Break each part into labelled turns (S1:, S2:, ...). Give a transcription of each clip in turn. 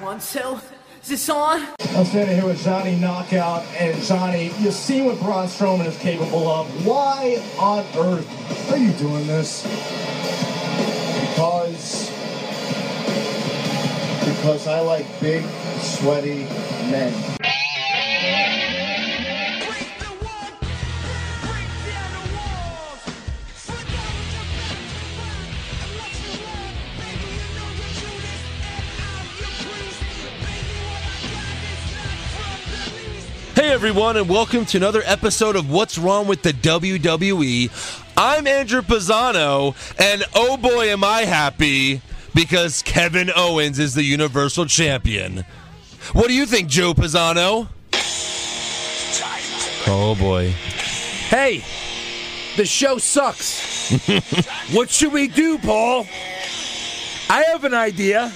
S1: one, so is this on?
S2: I'm standing here with Johnny Knockout, and Johnny, you've seen what Braun Strowman is capable of. Why on earth are you doing this?
S3: Because because I like big, sweaty men.
S4: Hey everyone, and welcome to another episode of What's Wrong with the WWE. I'm Andrew Pisano, and oh boy, am I happy because Kevin Owens is the Universal Champion. What do you think, Joe Pisano? Oh boy.
S5: Hey, the show sucks. what should we do, Paul? I have an idea.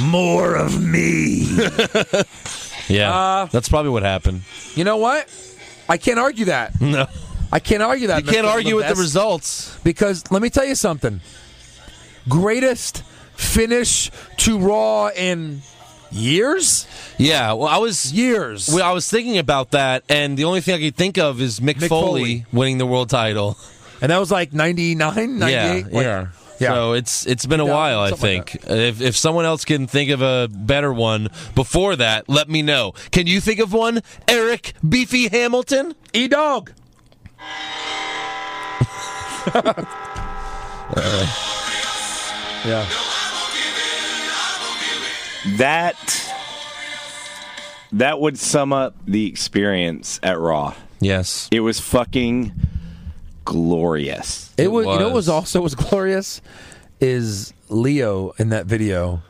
S5: More of me.
S4: Yeah,
S5: Uh,
S4: that's probably what happened.
S5: you know what? I can't argue that.
S4: No,
S5: I can't argue that.
S4: you can't
S5: Mr.
S4: argue with the
S5: Levesque,
S4: results.
S5: Because let me tell you something. Greatest finish to Raw in years?
S4: Yeah, well, I was
S5: Years.
S4: Well, I was thinking about that, and the only thing I could think of is Mick,
S5: Mick
S4: Foley,
S5: Foley.
S4: winning the world title.
S5: and that was like 99, 98?
S4: Yeah,
S5: Like,
S4: yeah.
S5: yeah.
S4: So it's it's been a
S5: Yeah,
S4: while, I
S5: something like
S4: think. if if someone else can think of a better one before that, let me know. Can you think of one, Eric Beefy Hamilton?
S5: E Dog. yeah.
S6: That that would sum up the experience at Raw.
S4: Yes.
S6: It was fucking glorious.
S5: It was, You know what
S4: was.
S5: was also was glorious is Leo in that video.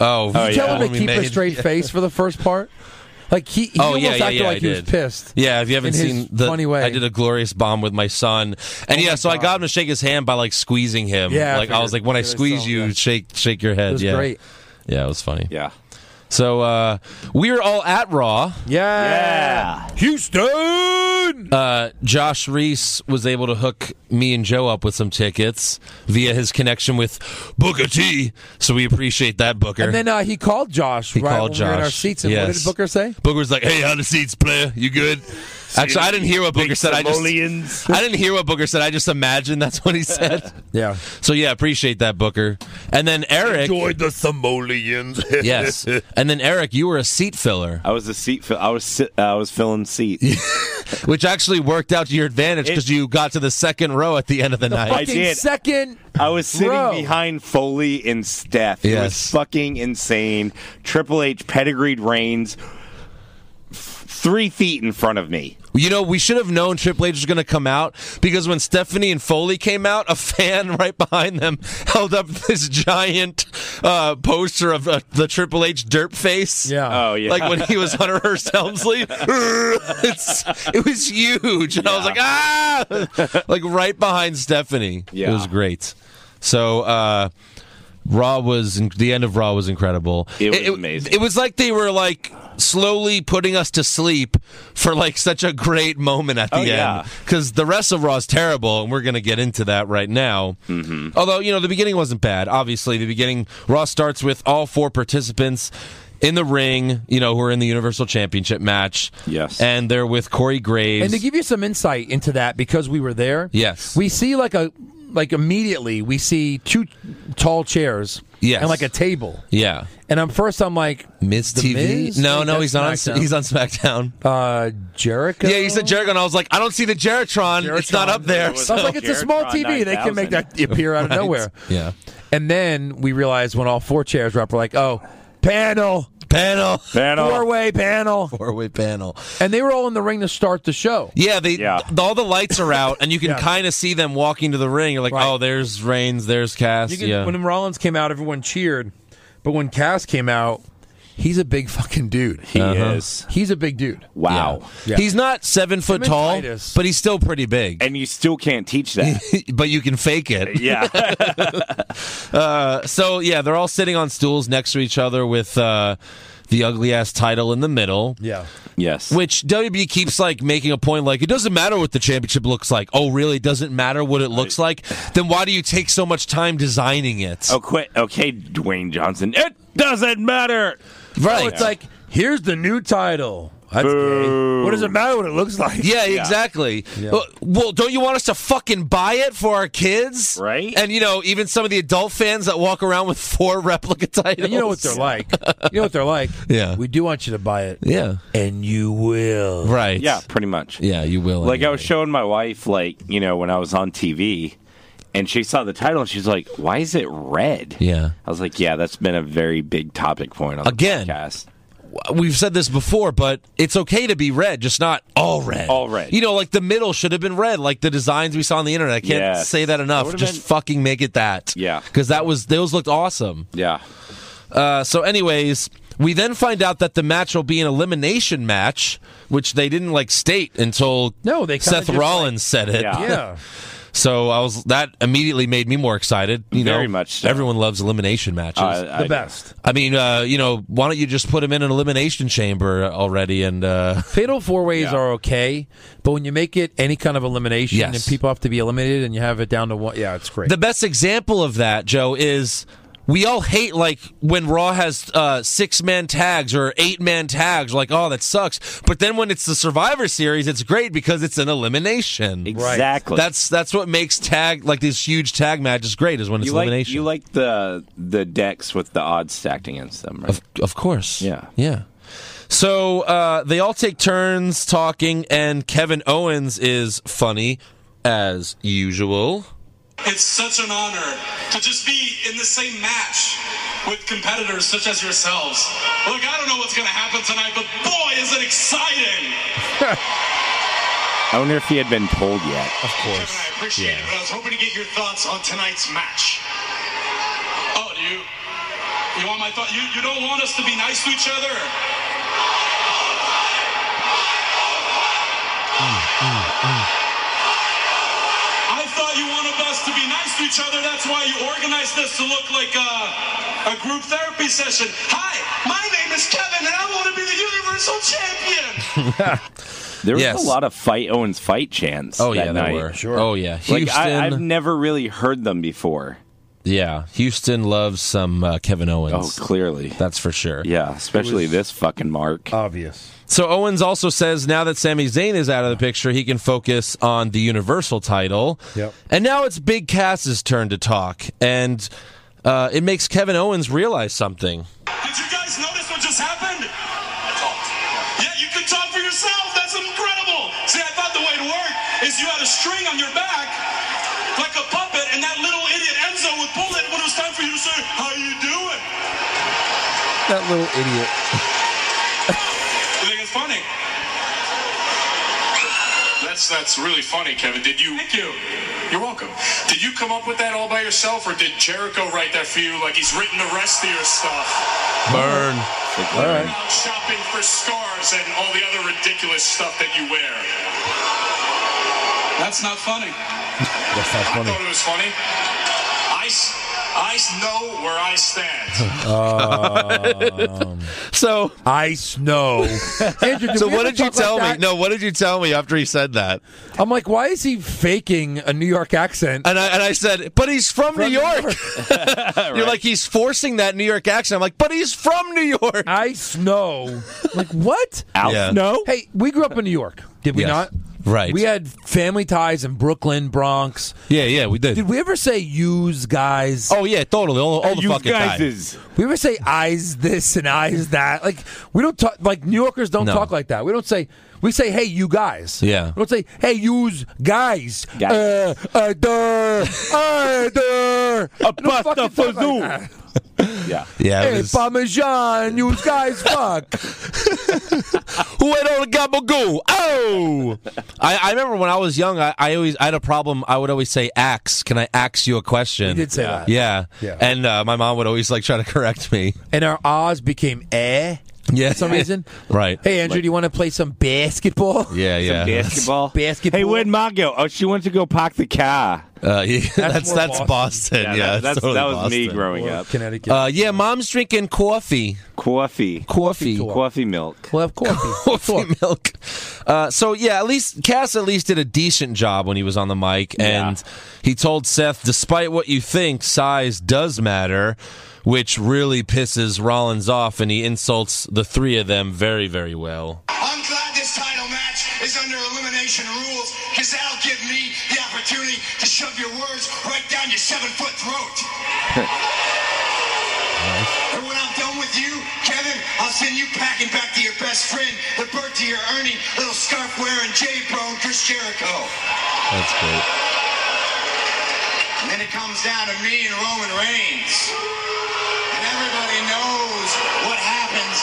S4: Oh,
S6: Oh,
S4: yeah.
S5: Tell him
S4: When
S5: to
S4: we
S5: keep a
S4: made-
S5: straight face for the first part. Like he, he
S4: Oh
S5: almost
S4: yeah, yeah,
S5: acted
S4: yeah.
S5: like
S4: I
S5: he was
S4: did.
S5: pissed.
S4: Yeah, if you haven't
S5: in his
S4: seen the
S5: funny way. Oh
S4: I did a glorious bomb with my son, and yeah, so I got him to shake his hand by like squeezing him.
S5: Yeah, I
S4: like I was like,
S5: figured-
S4: when I
S5: figured I
S4: squeeze
S5: saw,
S4: you,
S5: yeah.
S4: shake shake your head.
S5: It was
S4: yeah,
S5: great.
S4: yeah, it was funny.
S6: Yeah.
S4: So uh, we are all at Raw.
S5: Yeah.
S6: Yeah.
S5: Houston.
S4: Uh, Josh Reese was able to hook me and Joe up with some tickets via his connection with Booker T. So we appreciate that, Booker.
S5: and then uh, he called Josh.
S4: He
S5: right
S4: called
S5: when We were in our
S4: Josh.
S5: seats. And what
S4: Yes.
S5: did Booker say?
S4: Booker was like, "Hey, how the seats, player? You good?" Actually, I didn't hear what Booker said. I just
S6: Simoleons.
S4: I didn't hear what Booker said. I just imagined that's what he said.
S5: Yeah.
S4: So yeah, appreciate that, Booker. And then Eric,
S5: the simoleons.
S4: yes. And then Eric, you were a seat filler,
S6: I was a seat. Fill, I was sit, I was filling seats.
S4: which actually worked out to your advantage because you got to the second row at the end of the night.
S6: I did.
S5: Second.
S6: I was sitting
S5: row.
S6: behind Foley and Steph. It
S4: Yes.
S6: was fucking insane. Triple H pedigreed reigns f- three feet in front of me.
S4: You know, we should have known Triple H was going to come out because when Stephanie and Foley came out, a fan right behind them held up this giant uh, poster of uh, the Triple H derp face.
S5: Yeah.
S6: Oh yeah.
S4: Like when he was Hunter Hearst Helmsley, it's, it was huge, and I was like, ah, like right behind Stephanie.
S6: Yeah.
S4: It was great. So uh, Raw was the end of Raw was incredible.
S6: It was amazing.
S4: It was like they were like slowly putting us to sleep for like such a great moment at the
S6: Oh, yeah.
S4: end because the rest of Raw is terrible, and we're gonna get into that right now. Mm-hmm. Although you know the beginning wasn't bad. Obviously, the beginning Raw starts with all four participants. In the ring, you know, who are in the Universal Championship match.
S6: Yes.
S4: And they're with Corey Graves.
S5: And to give you some insight into that, because we were there,
S4: Yes.
S5: we see like a like immediately we see two tall chairs,
S4: Yes.
S5: and like a table.
S4: yeah.
S5: And I'm first, I'm like
S4: Miz
S5: The
S4: TV?
S5: Miz?
S4: No, no,
S5: That's
S4: he's on
S5: SmackDown.
S4: he's on SmackDown.
S5: uh, Jericho.
S4: Yeah, you said Jericho, and I was like, I don't see the Jeritron. It's not up there.
S5: So I was like, it's a small
S6: Jericho
S5: TV. They can make
S6: 9000.
S5: that appear out of nowhere.
S4: Yeah.
S5: And then we realized when all four chairs were up, we're like, oh, panel,
S4: Panel.
S6: Panel.
S5: four way panel,
S4: Four-way panel.
S5: and they were all in the ring to start the show.
S4: Yeah, they
S6: Yeah.
S4: th- all the lights are out, and you can
S5: Yeah.
S4: kind of see them walking to the ring. You're like,
S5: Right.
S4: oh, there's Reigns, there's Cass.
S5: You can,
S4: yeah.
S5: When Rollins came out, everyone cheered, but when Cass came out, he's a big fucking dude.
S6: He is.
S5: He's a big dude.
S6: Wow.
S5: Yeah.
S4: He's not seven foot
S5: and
S4: tall,
S5: Titus.
S4: but he's still pretty big.
S6: And you still can't teach that.
S4: but you can fake it.
S6: yeah.
S4: So yeah, they're all sitting on stools next to each other with uh, the ugly ass title in the middle.
S5: Yeah.
S6: yes.
S4: Which WB keeps like making a point like it doesn't matter what the championship looks like. Oh, really? It doesn't matter what it looks like? Then why do you take so much time designing it?
S6: Oh, quit. Okay, Dwayne Johnson. It Doesn't matter.
S5: Right. Oh, it's like, here's the new title. That's gay. What does it matter what it looks like?
S4: Yeah, exactly. Well- Well, don't you want us to fucking buy it for our kids?
S6: Right.
S4: And you know, even some of the adult fans that walk around with four replica titles.
S5: And you know what they're like. You know what they're like.
S4: Yeah.
S5: We do want you to buy it.
S4: Yeah.
S5: And you will.
S4: Right.
S6: Yeah, pretty much.
S4: Yeah, you will.
S6: Like I
S4: anyway.
S6: was showing my wife, like you know, when I was on TV, and she saw the title, and she's like, "Why is it red?"
S4: Yeah.
S6: I was like, "Yeah, that's been a very big topic point on the
S4: Again.
S6: podcast."
S4: We've said this before, but it's okay to be red, just not all red.
S6: All red.
S4: You know, like the middle should have been red, like the designs we saw on the internet. I can't
S6: Yes.
S4: say that enough.
S6: would've
S4: just
S6: been-
S4: fucking make it that.
S6: Yeah.
S4: Because that was those looked awesome.
S6: Yeah,
S4: Uh, so, anyways, we then find out that the match will be an elimination match, which they didn't like state until
S5: No, they kinda
S4: Seth
S5: just, like-
S4: Rollins said it.
S6: Yeah.
S5: Yeah.
S4: So I was that immediately made me more excited. You
S6: Very
S4: know,
S6: much so.
S4: Everyone loves elimination matches.
S6: Uh, I-
S5: The
S6: I-
S5: best.
S4: I mean, uh, you know, why don't you just put him in an elimination chamber already? And uh,
S5: Fatal four ways
S6: Yeah.
S5: are okay, but when you make it any kind of elimination
S4: Yes.
S5: and people have to be eliminated and you have it down to one, yeah, it's great.
S4: the best example of that, Joe, is we all hate like when Raw has uh, six man tags or eight man tags. Like, oh, that sucks. But then when it's the Survivor Series, it's great because it's an elimination.
S6: exactly.
S4: That's that's what makes tag like these huge tag matches great is when it's
S6: you like
S4: elimination.
S6: you like the the decks with the odds stacked against them. Right?
S4: Of, of course.
S6: Yeah.
S4: Yeah. So uh, they all take turns talking, and Kevin Owens is funny as usual.
S7: It's such an honor to just be in the same match with competitors such as yourselves. Look, I don't know what's going to happen tonight, but boy, is it exciting!
S6: I wonder if he had been told yet.
S7: Kevin, I appreciate it, but I was hoping to get your thoughts on tonight's match. Oh, do you? You want my thought? You, you don't want us to be nice to each other? I thought you wanted us to be nice to each other. That's why you organized this to look like a, a group therapy session. Hi, my name is Kevin, and I want to be the Universal Champion.
S6: There was
S4: Yes.
S6: a lot of fight Owens fight chants.
S4: Oh
S6: that
S4: yeah,
S6: night.
S4: they were. Sure. Oh yeah,
S6: Like
S4: Houston.
S6: I, I've never really heard them before.
S4: yeah, Houston loves some uh, Kevin
S6: Oh,
S4: Owens.
S6: clearly.
S4: That's for sure.
S6: Yeah, especially this fucking mark.
S5: obvious.
S4: So Owens also says now that Sami Zayn is out of the picture, he can focus on the Universal title.
S5: Yep.
S4: And now it's Big Cass's turn to talk, and uh, it makes Kevin Owens realize something.
S7: Did you guys notice what just happened? Yeah, you can talk for yourself. That's incredible. See, I thought the way it worked is you had a string on your back, like a puppet, and that little idiot Enzo would pull it when it was time for you to say, "How you doing?"
S5: That little idiot.
S7: You think it's funny?
S8: That's that's really funny, Kevin. Did you?
S7: Thank you.
S8: You're welcome. Did you come up with that all by yourself, or did Jericho write that for you? Like he's written the rest of your stuff
S4: Burn.
S6: um,
S8: about shopping for scars and all the other ridiculous stuff that you wear.
S7: That's not funny.
S5: That's not
S8: I
S5: funny.
S8: thought it was funny. I s- I s- know where I stand.
S4: So
S5: I snow. Andrew, did
S4: So
S5: we
S4: what
S5: ever
S4: did you
S5: talk about
S4: tell me?
S5: that?
S4: No, what did you tell me after he said that?
S5: I'm like, why is he faking a New York accent?
S4: And I and I said, but he's from, New York. You're like he's forcing that New York accent. I'm like, but he's from New York.
S5: I snow. like what?
S6: Al
S4: Yeah.
S6: Snow?
S5: Hey, we grew up in New York, did we
S4: Yes.
S5: not?
S4: Right.
S5: We had family ties in Brooklyn, Bronx.
S4: Yeah, yeah, we
S5: Did we ever say "use guys"?
S4: Oh yeah, totally. All, all the
S6: you
S4: fucking
S6: guys
S4: time.
S6: is
S5: We ever say "eyes this" and "eyes that"? Like we don't talk. Like New Yorkers don't
S4: No.
S5: talk like that. We don't say. We say, "Hey, you guys."
S4: Yeah.
S5: We don't say, "Hey, yous guys."
S6: Guys.
S5: Uh, uh, duh, uh, duh.
S6: a
S5: We don't
S6: pasta
S5: fucking
S6: for
S5: talk like
S6: zoo.
S5: that.
S6: Yeah.
S4: Yeah, it
S5: Hey,
S4: was-
S5: Parmesan, yous guys, fuck.
S4: Who ate all the gabagoo? Oh, I, I remember when I was young, I, I always I had a problem. I would always say, "Ax, can I ax you a question?"
S5: You did say that.
S4: Yeah,
S5: Yeah.
S4: And uh, my mom would always like try to correct me.
S5: And our ahs became eh
S4: Yeah,
S5: for some reason.
S4: Right.
S5: Hey, Andrew, do you want to play some basketball?
S4: Yeah, yeah.
S6: Basketball.
S5: Basketball.
S6: Hey, where'd Ma go? Oh, she went to go park the car.
S4: Uh, yeah, that's
S5: more
S4: that's Boston. Yeah,
S6: that,
S4: that's,
S6: that's,
S4: totally
S6: that was me
S4: Boston.
S6: growing
S5: Or
S6: up.
S5: Connecticut.
S4: Uh, yeah, mom's drinking coffee.
S6: Coffee.
S4: Coffee.
S6: Coffee milk.
S5: We'll have coffee.
S4: Coffee milk. Uh, so yeah, at least Cass at least did a decent job when he was on the mic, and he told Seth, despite what you think, size does matter, which really pisses Rollins off, and he insults the three of them very, very well.
S7: I'm glad this title match is under elimination rules because that'll give me the opportunity to shove your words right down your seven foot throat. and when I'm done with you, Kevin, I'll send you packing back to your best friend, the bird to your Ernie, little scarf wearing J-Bone Chris Jericho.
S4: That's great.
S7: And then it comes down to me and Roman Reigns. And everybody knows what happens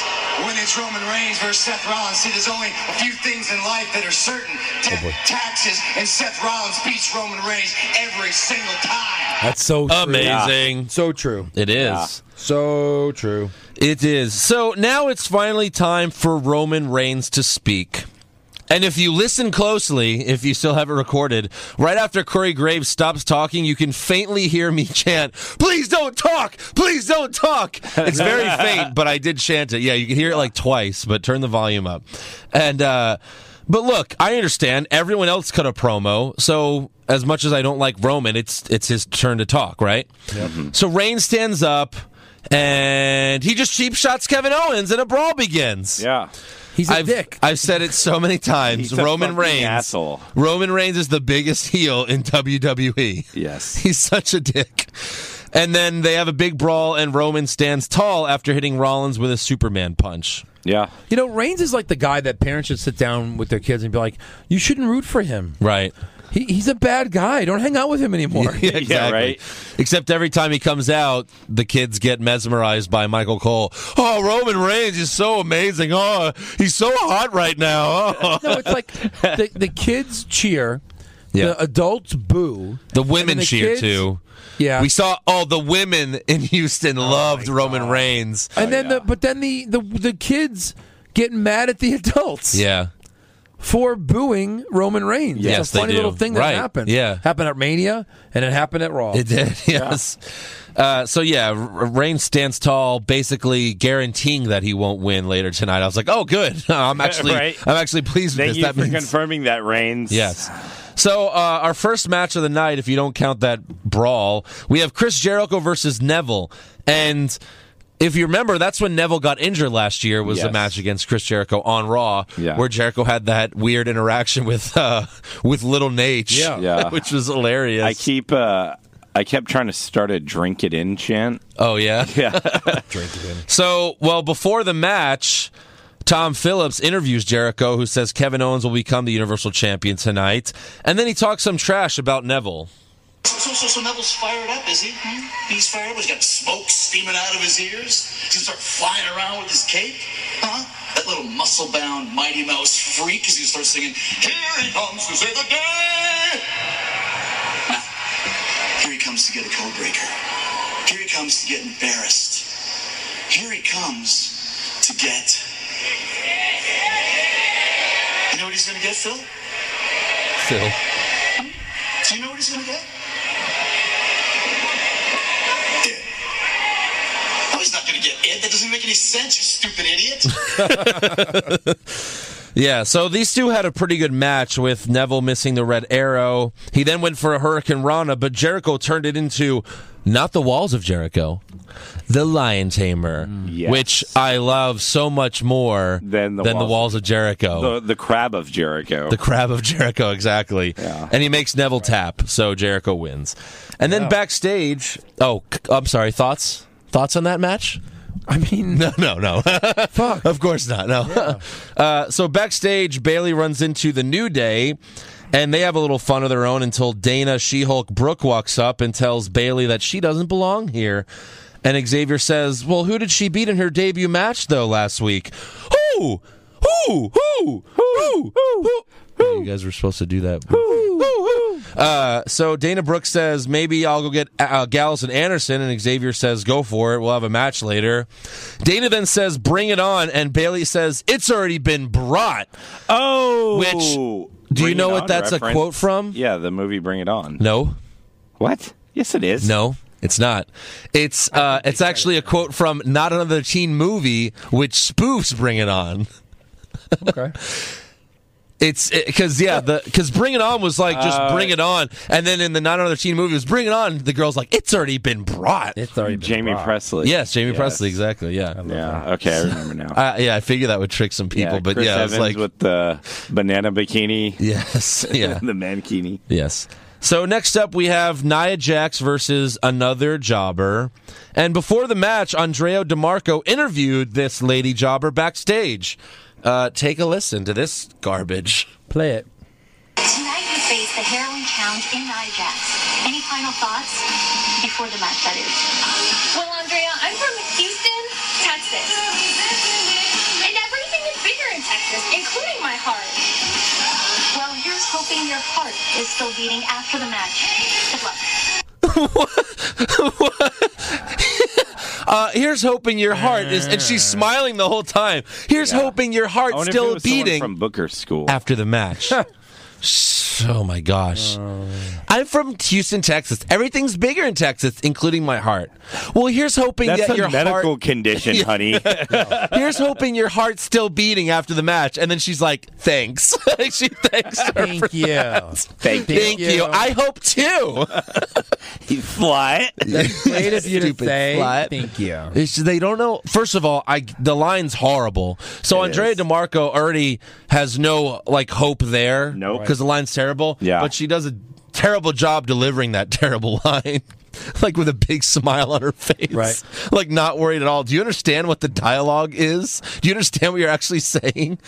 S7: when it's Roman Reigns versus Seth Rollins. See, there's only a few things in life that are certain. Ta- taxes and Seth Rollins beats Roman Reigns every single time.
S5: That's so true.
S4: Amazing.
S5: So true.
S4: It is.
S5: So true.
S4: It is. So now it's finally time for Roman Reigns to speak. And if you listen closely, if you still have it recorded, right after Corey Graves stops talking, you can faintly hear me chant, Please don't talk! Please don't talk! It's very faint, but I did chant it. Yeah, you can hear it like twice, but turn the volume up. And, uh, but look, I understand everyone else cut a promo, so as much as I don't like Roman, it's it's his turn to talk, right? So Reigns stands up and he just cheap shots Kevin Owens and a brawl begins.
S6: Yeah.
S5: He's a
S4: I've,
S5: dick.
S4: I've said it so many times.
S6: He's a
S4: Roman
S6: fucking
S4: Reigns.
S6: asshole.
S4: Roman Reigns is the biggest heel in WWE.
S6: Yes.
S4: He's such a dick. And then they have a big brawl, and Roman stands tall after hitting Rollins with a Superman punch.
S6: Yeah.
S5: You know, Reigns is like the guy that parents should sit down with their kids and be like, "You shouldn't root for him.
S4: Right.
S5: He, he's a bad guy. Don't hang out with him anymore."
S6: Yeah, right.
S4: Except every time he comes out, the kids get mesmerized by Michael Cole. Oh, Roman Reigns is so amazing. Oh, he's so hot right now. Oh.
S5: No, it's like the, the kids cheer,
S4: Yeah.
S5: the adults boo,
S4: The
S5: and
S4: women
S5: the
S4: cheer
S5: kids-
S4: too.
S5: Yeah,
S4: We saw all the women in Houston
S6: Oh
S4: loved Roman Reigns.
S5: and then the but then the, the the kids get mad at the adults
S4: Yeah.
S5: for booing Roman Reigns.
S4: Yes,
S5: it's a
S4: they
S5: funny
S4: do.
S5: little thing that
S4: Right.
S5: happened.
S4: Yeah.
S5: happened at Mania and it happened at Raw.
S4: It did, yes. Uh, so yeah, R- Reigns stands tall, basically guaranteeing that he won't win later tonight. I was like, oh, good. I'm actually,
S6: Right.
S4: I'm actually pleased with
S6: Thank
S4: this.
S6: you
S4: that
S6: for
S4: means
S6: confirming that, Reigns.
S4: yes. So uh, our first match of the night, if you don't count that brawl, we have Chris Jericho versus Neville, and. If you remember, that's when Neville got injured last year. Was the
S6: Yes.
S4: match against Chris Jericho on Raw,
S6: Yeah.
S4: where Jericho had that weird interaction with uh, with Little Nate,
S5: Yeah.
S6: Yeah.
S4: which was hilarious.
S6: I keep. uh I kept trying to start a drink it in chant.
S4: oh yeah,
S6: Yeah.
S4: So, well, before the match, Tom Phillips interviews Jericho, who says Kevin Owens will become the Universal Champion tonight. And then he talks some trash about Neville.
S7: So, so, so Neville's fired up, is he? Hmm? He's fired up. He's got smoke steaming out of his ears. He's gonna start flying around with his cape, huh? That little muscle-bound Mighty Mouse freak is gonna start singing, "Here he comes to save the day." Here he comes to get a code breaker. Here he comes to get embarrassed. Here he comes to get. You know what he's gonna get, Phil?
S4: Phil.
S7: Do you know what he's gonna get? It. No, he's not gonna get it. That doesn't make any sense, you stupid idiot.
S4: Yeah, so these two had a pretty good match with Neville missing the red arrow. He then went for a Hurricane Rana, but Jericho turned it into not the walls of Jericho, the Lion Tamer,
S6: yes.
S4: which I love so much more
S6: Than the walls.
S4: of Jericho.
S6: The, the crab of Jericho.
S4: Oh. The crab of Jericho, exactly. And he makes Neville tap, so Jericho wins. And then backstage, oh, c- I'm sorry. Thoughts? Thoughts on that match?
S5: I mean,
S4: No, no, no.
S5: fuck.
S4: of course not. No. uh, so backstage, Bailey runs into the New Day, and they have a little fun of their own until Dana She-Hulk Brooke walks up and tells Bailey that she doesn't belong here. And Xavier says, "Well, who did she beat in her debut match though last week? Who? Who? Who? Who? Who? Yeah, you guys were supposed to do that. Uh, so Dana Brooks says maybe I'll go get uh, Gallus and Anderson, and Xavier says go for it. We'll have a match later. Dana then says bring it on, and Bailey says it's already been brought.
S6: oh,
S4: Which- do you
S6: Bring
S4: know
S6: It
S4: what
S6: On
S4: that's a
S6: reference.
S4: quote from?
S6: Yeah, the movie Bring It On.
S4: No,
S6: What? Yes, it is.
S4: no, It's not. It's uh, it's actually a quote from not another teen movie, which spoofs Bring It On.
S5: Okay.
S4: It's because yeah, the because Bring It On was like just
S5: Uh,
S4: Bring It On, and then in the not another teen movie it was Bring It On. The girl's like, it's already been brought.
S5: It's already been
S6: Jamie
S5: robbed.
S6: Presley.
S4: yes, Jamie Presley, exactly. Yeah,
S6: Yeah. Okay, I remember now.
S4: I, yeah. I figure that would trick some people, but
S6: Chris
S4: yeah,
S6: Evans
S4: it's like
S6: with the banana bikini,
S4: yes, yeah,
S6: the mankini.
S4: yes. So next up we have Nia Jax versus another jobber, and before the match, Andrea DeMarco interviewed this lady jobber backstage. Uh, take a listen to this garbage.
S5: Play it.
S9: Tonight you face the heroin challenge in Nia Jax. Any final thoughts before the match, that is? Well, Andrea, I'm from Houston, Texas. And everything is bigger in Texas, including my heart. Well, here's hoping your heart is still beating after the match. Good luck.
S4: Uh, here's hoping your heart is, and she's smiling the whole time. Here's hoping your
S6: Ah. I
S4: heart's
S6: wonder if it
S4: still
S6: was someone
S4: beating
S6: from Booker School.
S4: after the match. oh my gosh. I'm from Houston, Texas. Everything's bigger in Texas, including my heart. Well, here's hoping
S6: That's
S4: that
S6: a
S4: your
S6: medical
S4: heart
S6: condition, honey.
S4: here's hoping your heart's still beating after the match. And then she's like, "Thanks." she thanks her.
S5: Thank you.
S6: Thank you.
S4: Thank you. I hope too.
S6: You fly.
S5: Great of you to
S4: Stupid
S5: say.
S4: slut.
S5: Thank you.
S4: It's just they don't know. First of all, I the line's horrible. So Andrea DeMarco already has no like hope there.
S6: Nope.
S4: because the line's terrible.
S6: Yeah.
S4: but she does a terrible job delivering that terrible line. Like with a big smile on her face,
S5: Right.
S4: Like not worried at all. Do you understand what the dialogue is? Do you understand what you're actually saying?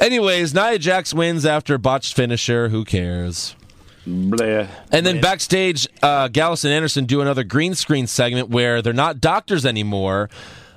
S4: Anyways, Nia Jax wins after botched finisher. Who cares?
S6: Bleh.
S4: And then backstage, uh, Gallus and Anderson do another green screen segment where they're not doctors anymore.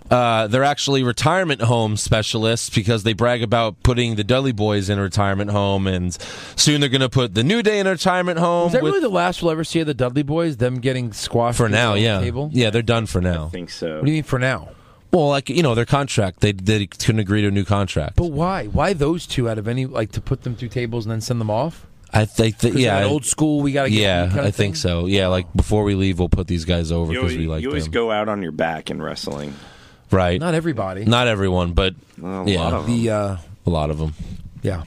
S4: Uh, they're actually retirement home specialists because they brag about putting the Dudley Boys in a retirement home, and soon they're going to put the New Day in a retirement home.
S5: Is that
S4: with-
S5: really the last we'll ever see of the Dudley Boys? Them getting squashed
S4: for
S5: at the
S4: now, yeah,
S5: Table?
S4: yeah, they're done for now.
S6: I think so.
S5: What do you mean for now?
S4: Well, like you know, their contract, they they couldn't agree to a new contract.
S5: But why? Why those two out of any like to put them through tables and then send them off?
S4: I think that
S5: 'Cause
S4: yeah,
S5: they're old school. We gotta get
S4: yeah,
S5: them kind of
S4: I think
S5: thing?
S4: so. Yeah, like before we leave, we'll put these guys over
S6: You
S4: because we
S6: always,
S4: like
S6: you always
S4: them,
S6: go out on your back in wrestling.
S4: right? Not,
S5: Not everybody.
S4: everyone, but
S6: Well, a
S4: yeah,
S6: lot of them.
S5: the uh,
S4: a lot of them.
S5: yeah,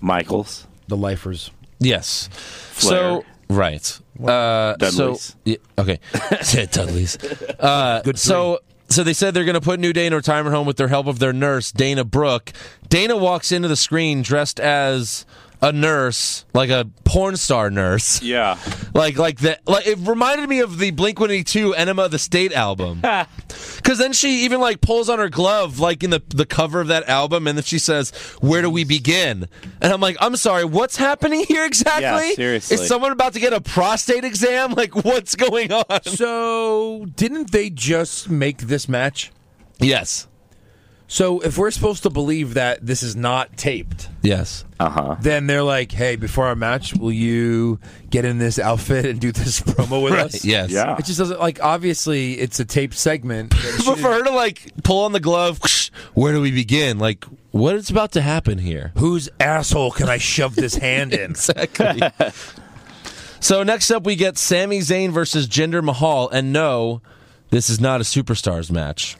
S6: Michaels.
S5: the lifers.
S4: Yes. So
S6: Flair.
S4: right. Uh,
S6: Dudleys.
S4: So yeah, okay. Said Dudley's. Uh,
S5: Good.
S4: so so they said they're going to put New Day in a retirement home with their help of their nurse Dana Brooke. Dana walks into the screen dressed as a nurse, like a porn star nurse,
S6: Yeah.
S4: like like that. Like it reminded me of the Blink One Eighty Two Enema of the State album. Because then she even like pulls on her glove, like in the the cover of that album, and then she says, "Where do we begin?" And I'm like, "I'm sorry, what's happening here exactly?
S6: seriously.
S4: is someone about to get a prostate exam? Like, what's going on?"
S5: So didn't they just make this match?
S4: Yes,
S5: So if we're supposed to believe that this is not taped,
S4: yes,
S5: then they're like, "Hey, before our match, will you get in this outfit and do this promo with us?"
S4: yes.
S6: Yeah.
S5: It just doesn't like. Obviously, it's a taped segment.
S4: But for her to like pull on the glove, where do we begin? Like, what is about to happen here?
S5: Whose asshole can I shove this hand in?
S4: Exactly. so next up, we get Sami Zayn versus Jinder Mahal, and no, this is not a superstars match.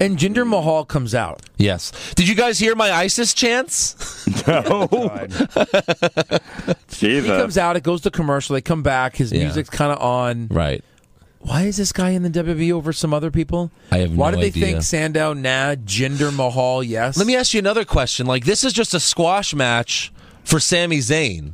S5: And Jinder Mahal comes out.
S4: Yes. Did you guys hear my ISIS chants? Oh,
S5: He comes
S6: Jesus.
S5: out. It goes to commercial. They come back. His
S4: Yeah.
S5: music's kind of on.
S4: Right.
S5: Why is this guy in the WWE over some other people?
S4: I have
S5: Why
S4: no
S5: do they
S4: idea.
S5: think Sandow? Nah. Jinder Mahal. Yes.
S4: Let me ask you another question. Like this is just a squash match for Sami Zayn.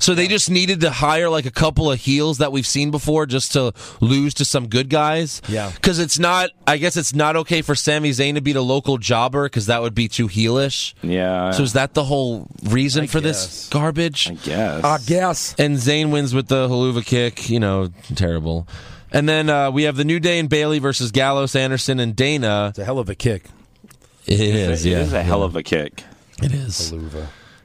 S4: So they just needed to hire like a couple of heels that we've seen before just to lose to some good guys.
S5: Yeah.
S4: Cuz it's not I guess it's not okay for Sami Zayn to beat a local jobber cuz that would be too heelish.
S6: Yeah.
S4: So is that the whole reason for this
S5: guess.
S4: garbage?
S6: I guess.
S5: I guess.
S4: And Zayn wins with the haluva kick. You know, terrible. And then uh, we have the New Day and Bailey versus Gallows, Anderson, and Dana.
S5: It's a hell of a kick.
S4: It is, yeah.
S6: It is a hell of a kick.
S4: It is.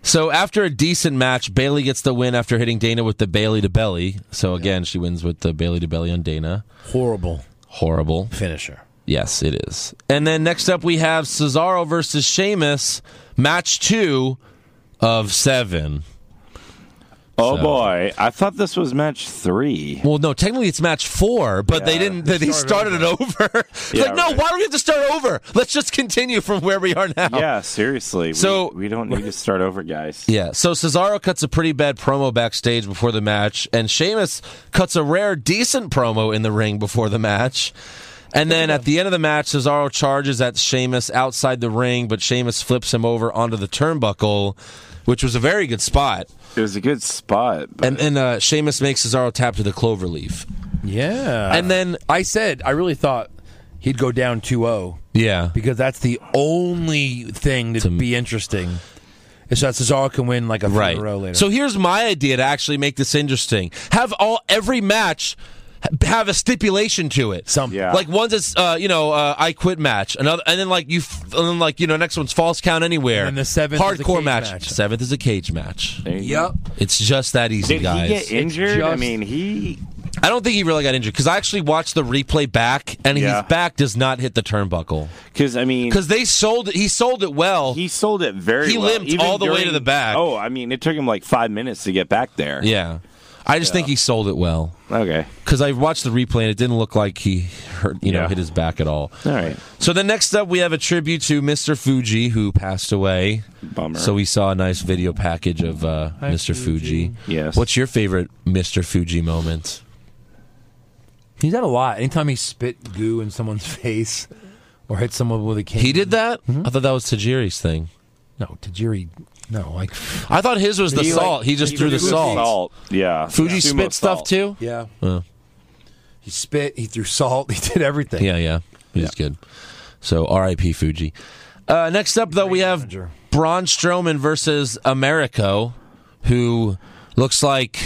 S4: So after a decent match, Bailey gets the win after hitting Dana with the Bailey to belly. So again, she wins with the Bailey to belly on Dana.
S5: Horrible
S4: Horrible.
S5: finisher.
S4: Yes, it is. And then next up, we have Cesaro versus Sheamus, match two of seven.
S6: Oh
S4: So-
S6: boy, I thought this was match three.
S4: Well, no, technically it's match four, but they
S6: Yeah.
S4: didn't. They, started, it over. It's
S6: Yeah,
S4: like, no,
S6: right.
S4: why do we have to start over? Let's just continue from where we are now.
S6: Yeah, seriously.
S4: Oh.
S6: we-
S4: So-
S6: we, don't need to start over, guys.
S4: Yeah, so Cesaro cuts a pretty bad promo backstage before the match, and Sheamus cuts a rare, decent promo in the ring before the match. And then at the end of the match, Cesaro charges at Sheamus outside the ring, but Sheamus flips him over onto the turnbuckle, which was a very good spot.
S6: It was a good spot. But
S4: And then uh, Sheamus makes Cesaro tap to the clover leaf.
S5: Yeah.
S4: And
S6: Uh-huh.
S4: then-
S5: I said I really thought he'd go down 2-0
S4: Yeah.
S5: because that's the only thing that'd be interesting. Is that Cesaro can win like a three in a row later.
S4: So here's my idea to actually make this interesting: have all every match ha- have a stipulation to it.
S5: Some- Yeah.
S4: like one's it's uh, you know uh, I quit match, another, and then like you, f- and then like you know next one's false count anywhere.
S5: And the seventh is a
S4: hardcore
S5: cage
S4: match.
S5: match.
S4: Seventh is a cage match.
S6: there you go.
S5: Yep.
S4: It's just that easy,
S6: Did
S4: guys.
S6: he get injured? I
S5: just-
S6: mean, he.
S4: I don't think he really got injured because I actually watched the replay back, and
S6: Yeah.
S4: his back does not hit the turnbuckle
S6: Because I mean,
S4: because they sold it. He sold it well.
S6: he sold it very.
S4: He
S6: well.
S4: limped all the way to the back.
S6: Oh, I mean, it took him like five minutes to get back there.
S4: yeah, I just think he sold it well.
S6: Okay.
S4: because I watched the replay and it didn't look like he hurt, you know,
S6: Yeah.
S4: hit his back at all.
S6: All right.
S4: So the next up, we have a tribute to Mr. Fuji who passed away.
S6: Bummer.
S4: So we saw a nice video package of uh, Mr. Fuji.
S6: Yes.
S4: What's your favorite Mr. Fuji moment?
S5: he's had a lot. Anytime he spit goo in someone's face or hit someone with a cane.
S4: He did that. I thought that was Tajiri's thing.
S5: No, Tajiri. No, like
S4: I thought his was the
S6: He, like,
S4: salt. he just
S6: he
S4: threw the
S6: threw
S4: salt.
S6: Yeah.
S4: Fuji
S6: Yeah.
S4: spit
S6: Sumo
S4: stuff
S6: salt.
S4: too.
S5: yeah. Uh. He spit. He threw salt. He did everything.
S4: Yeah, yeah, he's good. So R.I.P. Fuji. Uh, next up, though, we have
S5: manager.
S4: Braun Strowman versus Americo, who looks like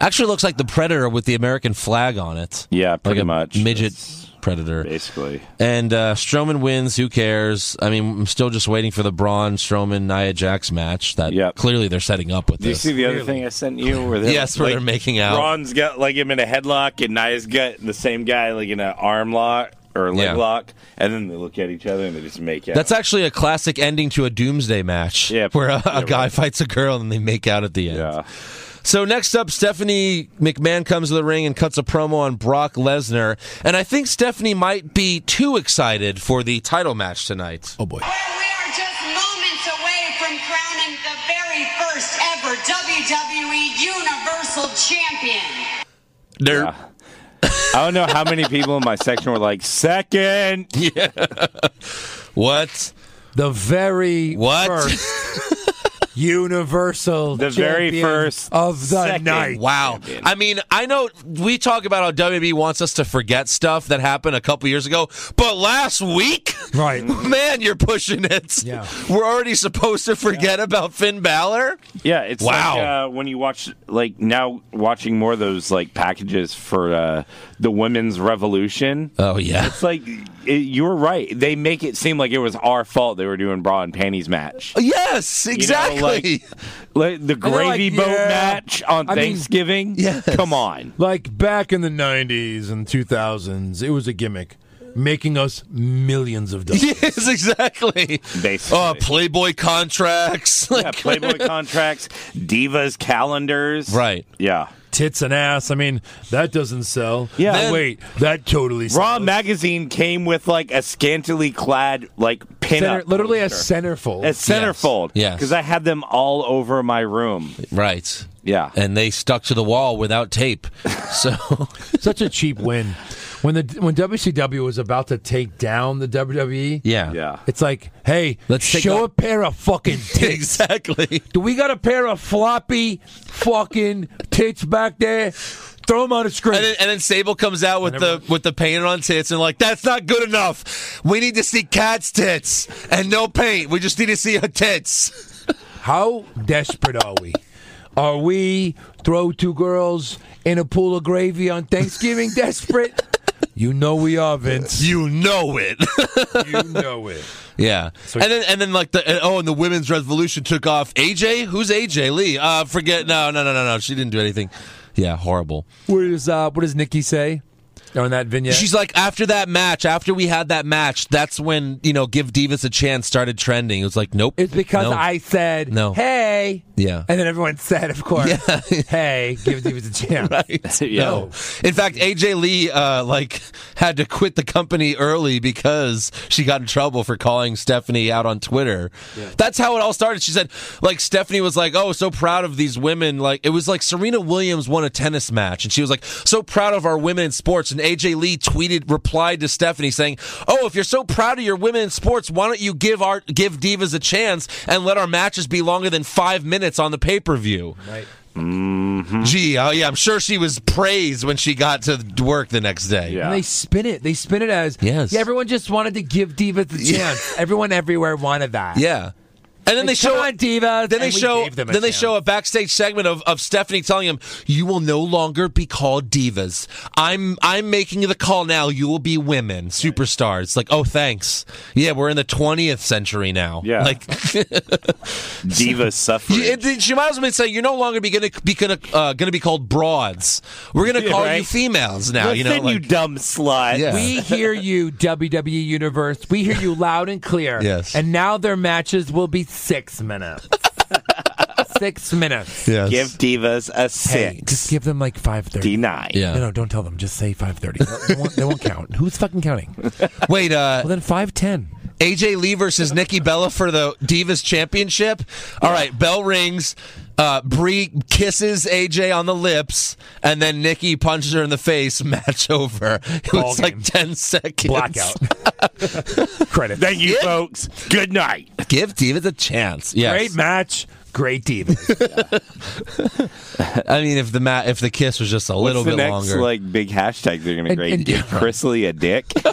S4: actually looks like the Predator with the American flag on it.
S6: Yeah, pretty
S4: like a
S6: much.
S4: midget
S6: That's
S4: Predator.
S6: Basically.
S4: And uh, Strowman wins. Who cares? I mean, I'm still just waiting for the Braun Strowman Nia Jax match that
S6: Yep.
S4: clearly they're setting up with
S6: Did you
S4: this.
S6: see the other thing I sent you? Where they're,
S4: Yes, where
S6: like,
S4: they're making out.
S6: Braun's got like him in a headlock, and Nia's got the same guy like in an arm lock or leg
S4: Yeah.
S6: lock, and then they look at each other and they just make out.
S4: That's actually a classic ending to a Doomsday match,
S6: Yeah,
S4: where a,
S6: yeah,
S4: a guy
S6: right.
S4: fights a girl and they make out at the end.
S6: yeah.
S4: So next up, Stephanie McMahon comes to the ring and cuts a promo on Brock Lesnar, and I think Stephanie might be too excited for the title match tonight.
S5: Oh boy.
S10: Where we are just moments away from crowning the very first ever WWE Universal Champion.
S4: They're-
S6: I don't know how many people in my section were like second.
S4: What?
S5: The very
S4: What?
S5: first universal
S6: The very
S5: champion
S6: first
S5: of the
S6: second.
S5: night.
S4: Wow. I mean, I know we talk about how WWE wants us to forget stuff that happened a couple years ago, but last week,
S5: Right.
S4: man, you're pushing it.
S5: Yeah.
S4: We're already supposed to forget about Finn Balor.
S6: Yeah, it's
S4: Wow.
S6: like uh, when you watch like now watching more of those like packages for uh, the women's revolution.
S4: Oh yeah.
S6: It's like it, you were right. They make it seem like it was our fault they were doing bra and panties match.
S4: Yes,
S6: You know,
S4: exactly.
S6: like- like, the
S5: they're like,
S6: gravy boat
S5: yeah.
S6: match on
S5: I mean-
S6: Thanksgiving.
S4: Yes.
S6: come on.
S5: Like back in the 90s and 2000s, it was a gimmick making us millions of dollars.
S4: Yes, exactly.
S6: Basically.
S4: Uh, Playboy contracts.
S6: Yeah,
S4: Like,
S6: Playboy contracts, divas calendars.
S4: Right.
S6: Yeah.
S5: Tits and ass. I mean, that doesn't sell.
S6: Yeah.
S5: Oh,
S6: Then-
S5: wait, that totally sells.
S6: Raw magazine came with like a scantily clad like
S5: Center,
S6: pinup,
S5: literally a
S6: poster.
S5: centerfold.
S6: a centerfold.
S4: Yes.
S6: because I had them all over my room.
S4: Right.
S6: Yeah.
S4: And they stuck to the wall without tape. So
S5: Such a cheap win. When the when WCW was about to take down the WWE,
S4: yeah.
S6: Yeah.
S5: it's like, hey,
S4: Let's take
S5: show
S4: a-
S5: a pair of fucking tits.
S4: Exactly.
S5: Do we got a pair of floppy fucking tits back there? Throw them on the screen.
S4: And then, and then Sable comes out with the with the paint on tits and like that's not good enough. We need to see cat's tits and no paint. We just need to see her tits.
S5: How desperate are we? Are we throw two girls in a pool of gravy on Thanksgiving desperate? You know we are, Vince.
S4: You know it.
S5: You know it.
S4: yeah. and then and then like the and, oh and the women's revolution took off. AJ, who's AJ Lee? Uh, forget. No, no, no, no, no. She didn't do anything. Yeah, horrible.
S5: What does uh, what does Nikki say? on that vignette.
S4: She's like, after that match, after we had that match, that's when you know, give divas a chance started trending. It was like, nope.
S5: It's because I said,
S4: No.
S5: hey.
S4: Yeah.
S5: And then everyone said, of course, hey, give it a chance.
S4: right? No. In fact, AJ Lee uh, like had to quit the company early because she got in trouble for calling Stephanie out on Twitter. That's how it all started. She said like Stephanie was like, "Oh, so proud of these women." Like it was like Serena Williams won a tennis match and she was like, "So proud of our women in sports." And AJ Lee tweeted replied to Stephanie saying, "Oh, if you're so proud of your women in sports, why don't you give our give divas a chance and let our matches be longer than 5 minutes on the pay-per-view?"
S5: Right.
S4: Gee, oh yeah, I'm sure she was praised when she got to work the next day.
S5: And they spin it. They spin it as
S4: Yes.
S5: Yeah, everyone just wanted to give divas the chance. everyone everywhere wanted that.
S4: yeah. And then
S5: Like,
S4: they show
S5: come on,
S4: Then
S5: divas.
S4: they
S5: and we
S4: show
S5: gave them a
S4: then they
S5: chance.
S4: show a backstage segment of, of Stephanie telling him, "You will no longer be called divas. I'm I'm making the call now. You will be women superstars." Like, oh, thanks. Yeah, we're in the 20th century now.
S6: Yeah.
S4: like
S6: Diva suffering.
S4: Yeah, it- she might as well be saying, "You're no longer be gonna be gonna uh, gonna be called broads. We're gonna
S6: Yeah,
S4: call you
S6: right.
S4: females now." you know,
S6: Listen, you
S4: like-
S6: dumb slut.
S4: Yeah.
S5: We hear you, WWE Universe. We hear you loud and clear.
S4: Yes.
S5: And now their matches will be six minutes. six minutes.
S4: Yes.
S6: Give divas a
S5: Hey,
S6: six.
S5: just give them like five thirty.
S6: Deny.
S4: yeah.
S5: No, no, don't tell them. Just say five thirty. They won't, they won't count. Who's fucking counting? Well,
S4: Wait, uh,
S5: then five ten.
S4: AJ Lee versus Nikki Bella for the Divas Championship. All right, bell rings. Uh, Brie kisses AJ on the lips, and then Nikki punches her in the face. Match over. It
S5: Ball
S4: was
S5: game.
S4: like ten seconds.
S5: Blackout. Credit.
S6: Thank you, folks. Good night.
S4: Give Divas a chance. Yes.
S5: Great match. Great divas.
S4: I mean, if the ma- if the kiss was just a little
S6: What's the
S4: bit
S6: next,
S4: longer.
S6: Like big hashtag they're gonna
S5: And-
S6: create.
S5: and-
S6: Give Chris Lee a dick.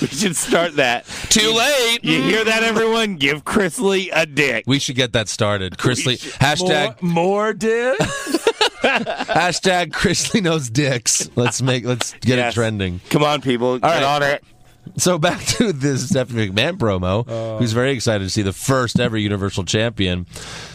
S6: we should start that.
S4: Too late.
S6: You hear that, everyone? Give Chris Lee a dick.
S4: We should get that started. Chris Lee
S5: more,
S4: hashtag
S5: more dude.
S4: hashtag Chris Lee knows dicks. Let's make let's get
S6: Yes.
S4: it trending.
S6: Come on, people. Get
S4: right.
S6: on it.
S4: So back to this Stephanie McMahon promo,
S6: Uh.
S4: who's very excited to see the first ever Universal Champion.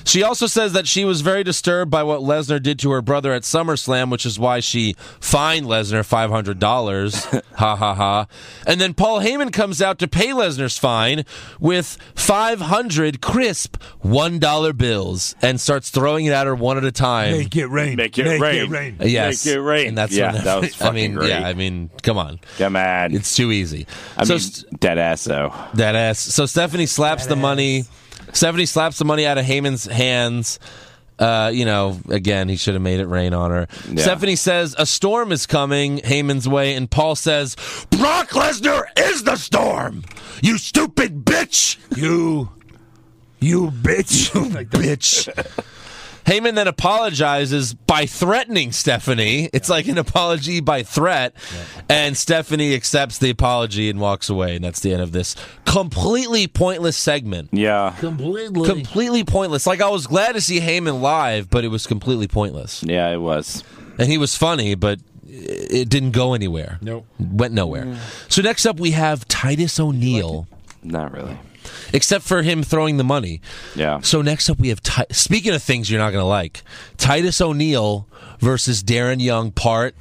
S4: She also says that she was very disturbed by what Lesnar did to her brother at SummerSlam, which is why she fined Lesnar five hundred dollars. ha ha ha! And then Paul Heyman comes out to pay Lesnar's fine with five hundred crisp one dollar bills and starts throwing it at her one at a time. Uh,
S5: Make it rain.
S6: Make it rain.
S4: Yes,
S6: Make it rain.
S4: and that's
S6: Yeah,
S4: when-
S6: that was
S4: I
S6: fucking
S4: mean,
S6: great.
S4: yeah, I mean, come on,
S6: Come on.
S4: it's too easy.
S6: I
S4: so
S6: mean,
S4: st-
S6: dead ass though.
S4: that ass. So Stephanie slaps the money. Stephanie slaps the money out of Heyman's hands. Uh, you know, again, he should have made it rain on her.
S6: Yeah.
S4: Stephanie says a storm is coming Heyman's way, and Paul says, "Brock Lesnar is the storm. You stupid bitch,
S5: You, you bitch.
S4: bitch." Heyman then apologizes by threatening Stephanie. It's like an apology by threat, and Stephanie accepts the apology and walks away. And that's the end of this completely pointless segment.
S6: Yeah.
S5: Completely.
S4: completely pointless. Like I was glad to see Heyman live, but it was completely pointless.
S6: Yeah, it was.
S4: And he was funny, but it didn't go anywhere.
S5: Nope.
S4: went nowhere. So next up we have Titus O'Neil,
S6: Not really.
S4: except for him throwing the money.
S6: Yeah.
S4: So next up we have Ti- speaking of things you're not going to like, Titus O'Neil versus Darren Young part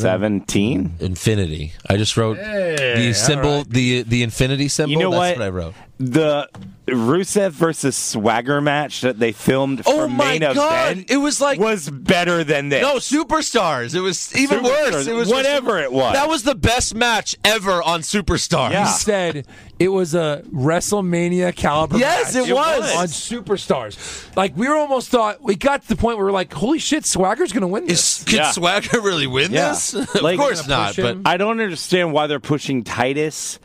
S6: Seventeen.
S4: infinity. I just wrote the symbol the the infinity symbol.
S6: You know
S4: That's what?
S6: what?
S4: I wrote.
S6: The Rusev versus Swagger match that they filmed
S4: Oh
S6: for
S4: my
S6: main
S4: God!
S6: event
S4: It was like-
S6: was better than this.
S4: No, superstars. It was even worse.
S6: Superstars.
S4: It was
S6: Whatever it was.
S4: That was the best match ever on Superstars.
S5: He
S6: Yeah.
S5: said it was a WrestleMania caliber.
S4: Yes,
S5: match
S4: it was.
S5: on Superstars. Like we were almost thought we got to the point where we're like, holy shit, Swagger's gonna win this.
S4: Is, could
S6: Yeah.
S4: Swagger really win
S6: Yeah.
S4: this?
S6: Like-
S4: of course not.
S5: Gonna push
S4: But
S5: him.
S6: I don't understand why they're pushing Titus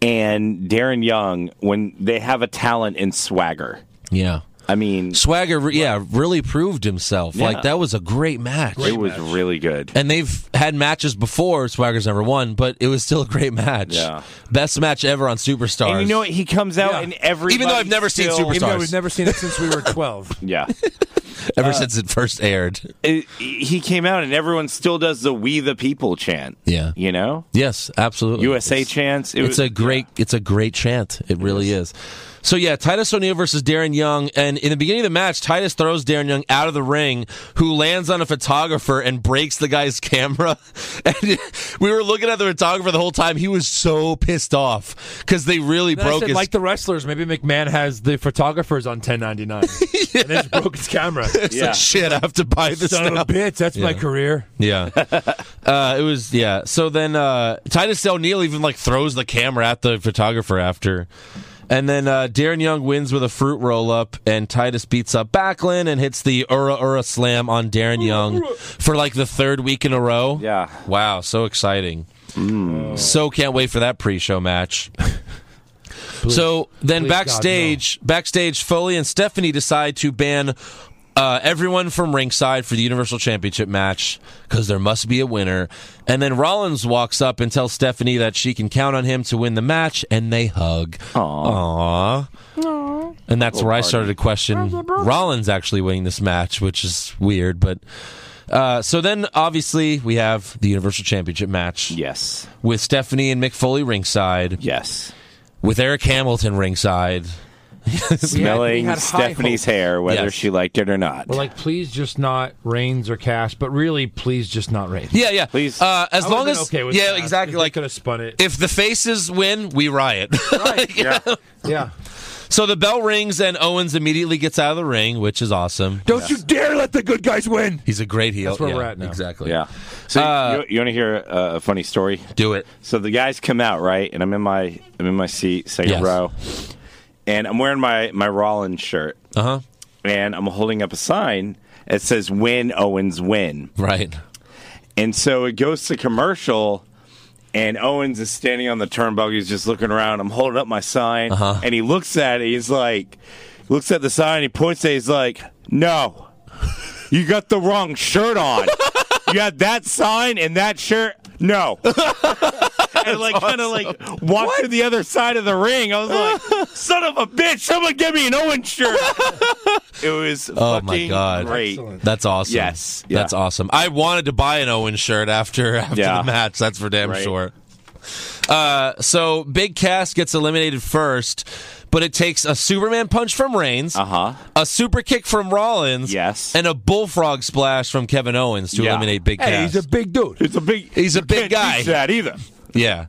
S6: and Darren Young when they have a talent in Swagger.
S4: yeah,
S6: I mean,
S4: Swagger. re- Yeah, really proved himself. Like that was a great match.
S6: it was really good.
S4: and they've had matches before. Swagger's never won, but it was still a great match.
S6: Yeah.
S4: Best match ever on Superstars.
S6: And you know what? He comes out
S5: Yeah.
S6: and every
S4: Even though I've never seen Superstars.
S5: Even though we've never seen it since we were twelve.
S6: Yeah.
S4: ever since it first aired.
S6: It, he came out and everyone still does the "We the People" chant.
S4: Yeah.
S6: you know,
S4: Yes, absolutely.
S6: USA
S4: It's-
S6: chants. It
S4: it's
S6: was-
S4: a great it's a great chant. It really is. So yeah, Titus O'Neil versus Darren Young, and in the beginning of the match, Titus throws Darren Young out of the ring, who lands on a photographer and breaks the guy's camera. And we were looking at the photographer the whole time. He was so pissed off because they really
S5: Then I
S4: broke
S5: said,
S4: his.
S5: like the wrestlers, maybe McMahon has the photographers on 1099. And they just broke his camera.
S4: It's like, shit, I have to buy this
S5: Son
S4: now.
S5: of a bitch, that's my
S4: Yeah.
S5: career.
S4: Yeah. uh, it was, yeah. So then uh, Titus O'Neil even like throws the camera at the photographer after. And then uh, Darren Young wins with a fruit roll up, and Titus beats up Backlund and hits the Ura Ura slam on Darren Young for like the third week in a row.
S6: Yeah.
S4: Wow. So exciting. So can't wait for that pre show match. So then
S5: Please, God,
S4: backstage, backstage, Foley and Stephanie decide to ban uh, everyone from ringside for the Universal Championship match because there must be a winner. And then Rollins walks up and tells Stephanie that she can count on him to win the match, and they hug. Aww. And that's where I started to question Rollins actually winning this match, which is weird, but. Uh, so then, obviously, we have the Universal Championship match
S6: yes,
S4: with Stephanie and Mick Foley ringside,
S6: yes.
S4: with Eric Hamilton ringside.
S6: Smelling
S5: had high
S6: Stephanie's hair, whether
S4: Yes.
S6: she liked it or not.
S5: We're like, please just not Reigns or Cash, but really, please just not Reigns.
S4: Yeah, yeah.
S6: Please.
S4: Uh, as
S5: I would've
S4: long
S5: been
S4: as
S5: okay with
S4: yeah,
S5: that,
S4: exactly.
S5: if
S4: Like
S5: could have spun it.
S4: if the faces win, we riot.
S6: yeah.
S5: yeah.
S4: so the bell rings and Owens immediately gets out of the ring, which is awesome.
S5: Don't you dare let the good guys win.
S4: He's a great heel.
S5: That's where
S4: yeah,
S5: we're at now.
S4: Exactly.
S6: yeah. So
S4: Uh,
S6: you, you want to hear a, a funny story?
S4: Do it.
S6: So the guys come out right, and I'm in my I'm in my seat, second
S4: Yes.
S6: row, and I'm wearing my my Rollins shirt,
S4: Uh huh.
S6: and I'm holding up a sign that says "Win Owens Win,"
S4: Right.
S6: and so it goes to commercial. And Owens is standing on the turnbuckle. He's just looking around. I'm holding up my sign,
S4: Uh-huh.
S6: and he looks at it. He's like, looks at the sign. He points at. it. He's like, "No, you got the wrong shirt on. you got that sign and that shirt. No." and like, kind of like walked to the other side of the ring. I was like, "Son of a bitch! Someone give me an Owens shirt." it was
S4: Oh,
S6: fucking
S4: my God.
S6: great.
S4: That's awesome.
S6: Yes, yeah.
S4: That's awesome. I wanted to buy an Owens shirt after after
S6: Yeah.
S4: the match. That's for damn
S6: Right.
S4: sure. Uh, so Big Cass gets eliminated first, but it takes a Superman punch from Reigns,
S6: Uh huh.
S4: a super kick from Rollins,
S6: Yes.
S4: and a bullfrog splash from Kevin Owens to
S6: Yeah.
S4: eliminate Big
S5: Hey,
S4: Cass.
S5: he's a big dude.
S6: It's a big.
S4: He's a
S6: you
S4: big
S6: can't teach
S4: guy.
S6: That either.
S4: yeah.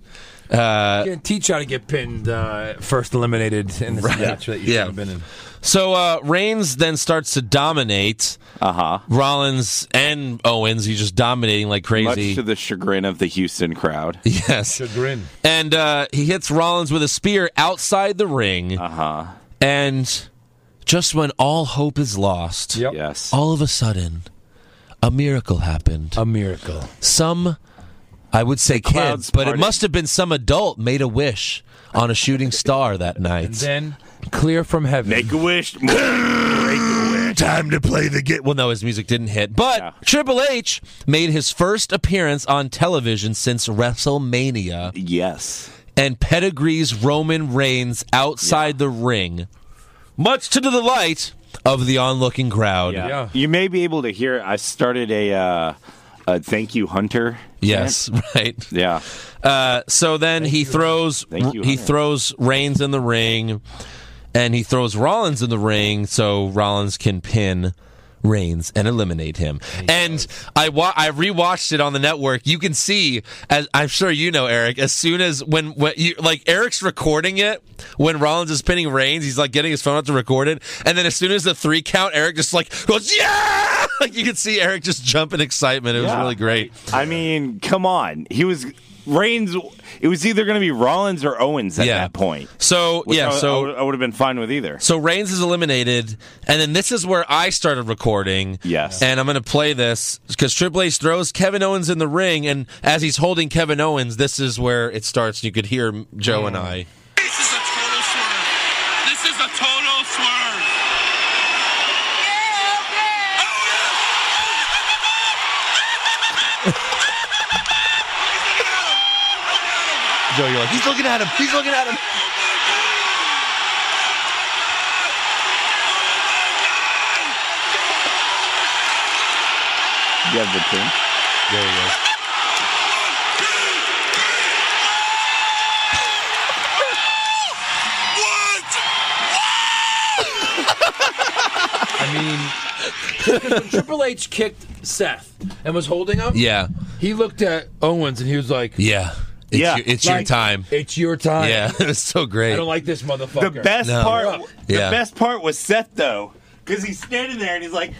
S4: Uh,
S5: can't teach how to get pinned uh, first eliminated in this match that you
S4: Yeah.
S5: should have been in.
S4: so uh, Reigns then starts to dominate
S6: Uh huh.
S4: Rollins and Owens. He's just dominating like crazy.
S6: Much to the chagrin of the Houston crowd.
S4: yes.
S5: Chagrin.
S4: And uh, he hits Rollins with a spear outside the ring.
S6: Uh huh.
S4: And just when all hope is lost,
S5: Yep.
S6: Yes.
S4: all of a sudden, a miracle happened.
S5: A miracle.
S4: some, I would say kids,
S6: clouds
S4: but it
S6: parted.
S4: must have been some adult made a wish on a shooting star that night.
S5: Then clear from heaven.
S6: Make a wish. Make a wish.
S4: Time to play the game. Well, no, his music didn't hit. But
S6: Yeah.
S4: Triple H made his first appearance on television since WrestleMania
S6: Yes.
S4: and pedigrees Roman Reigns outside the ring, much to the delight of the onlooking crowd.
S6: Yeah.
S5: Yeah.
S6: You may be able to hear. I started a, uh, a thank you, Hunter.
S4: Yes, right.
S6: Yeah.
S4: Uh, so then he throws
S6: Thank you,
S4: he
S6: Hunter.
S4: throws Reigns in the ring, and he throws Rollins in the ring so Rollins can pin Reigns and eliminate him. and I wa- I rewatched it on the network. You can see, as I'm sure you know, Eric. As soon as when when you like Eric's recording it when Rollins is pinning Reigns, he's like getting his phone out to record it, and then as soon as the three count, Eric just like goes yeah. Like you can see Eric just jump in excitement. It was
S6: Yeah.
S4: really great.
S6: I mean, come on. He was Reigns. It was either going to be Rollins or Owens at
S4: Yeah.
S6: that point.
S4: So
S6: which
S4: yeah,
S6: I,
S4: so
S6: I would have been fine with either.
S4: So Reigns is eliminated, and then this is where I started recording.
S6: Yes.
S4: And I'm going to play this because Triple H throws Kevin Owens in the ring, and as he's holding Kevin Owens, this is where it starts. You could hear Joe and I.
S7: This is a total swerve. This is a total swerve.
S4: Joe, you're like, he's looking at him. He's looking at him.
S6: You have the pin.
S4: There he is.
S11: I mean, 'cause when Triple H kicked Seth and was holding him,
S4: Yeah.
S5: He looked at Owens and he was like,
S4: Yeah. It's
S6: Yeah.
S4: Your, it's your
S5: Like,
S4: time.
S5: It's your time.
S4: Yeah. It was so great.
S5: I don't like this
S6: The
S5: motherfucker.
S6: best
S4: No.
S6: part, the
S4: Yeah.
S6: best part was Seth though, because he's standing there and he's like,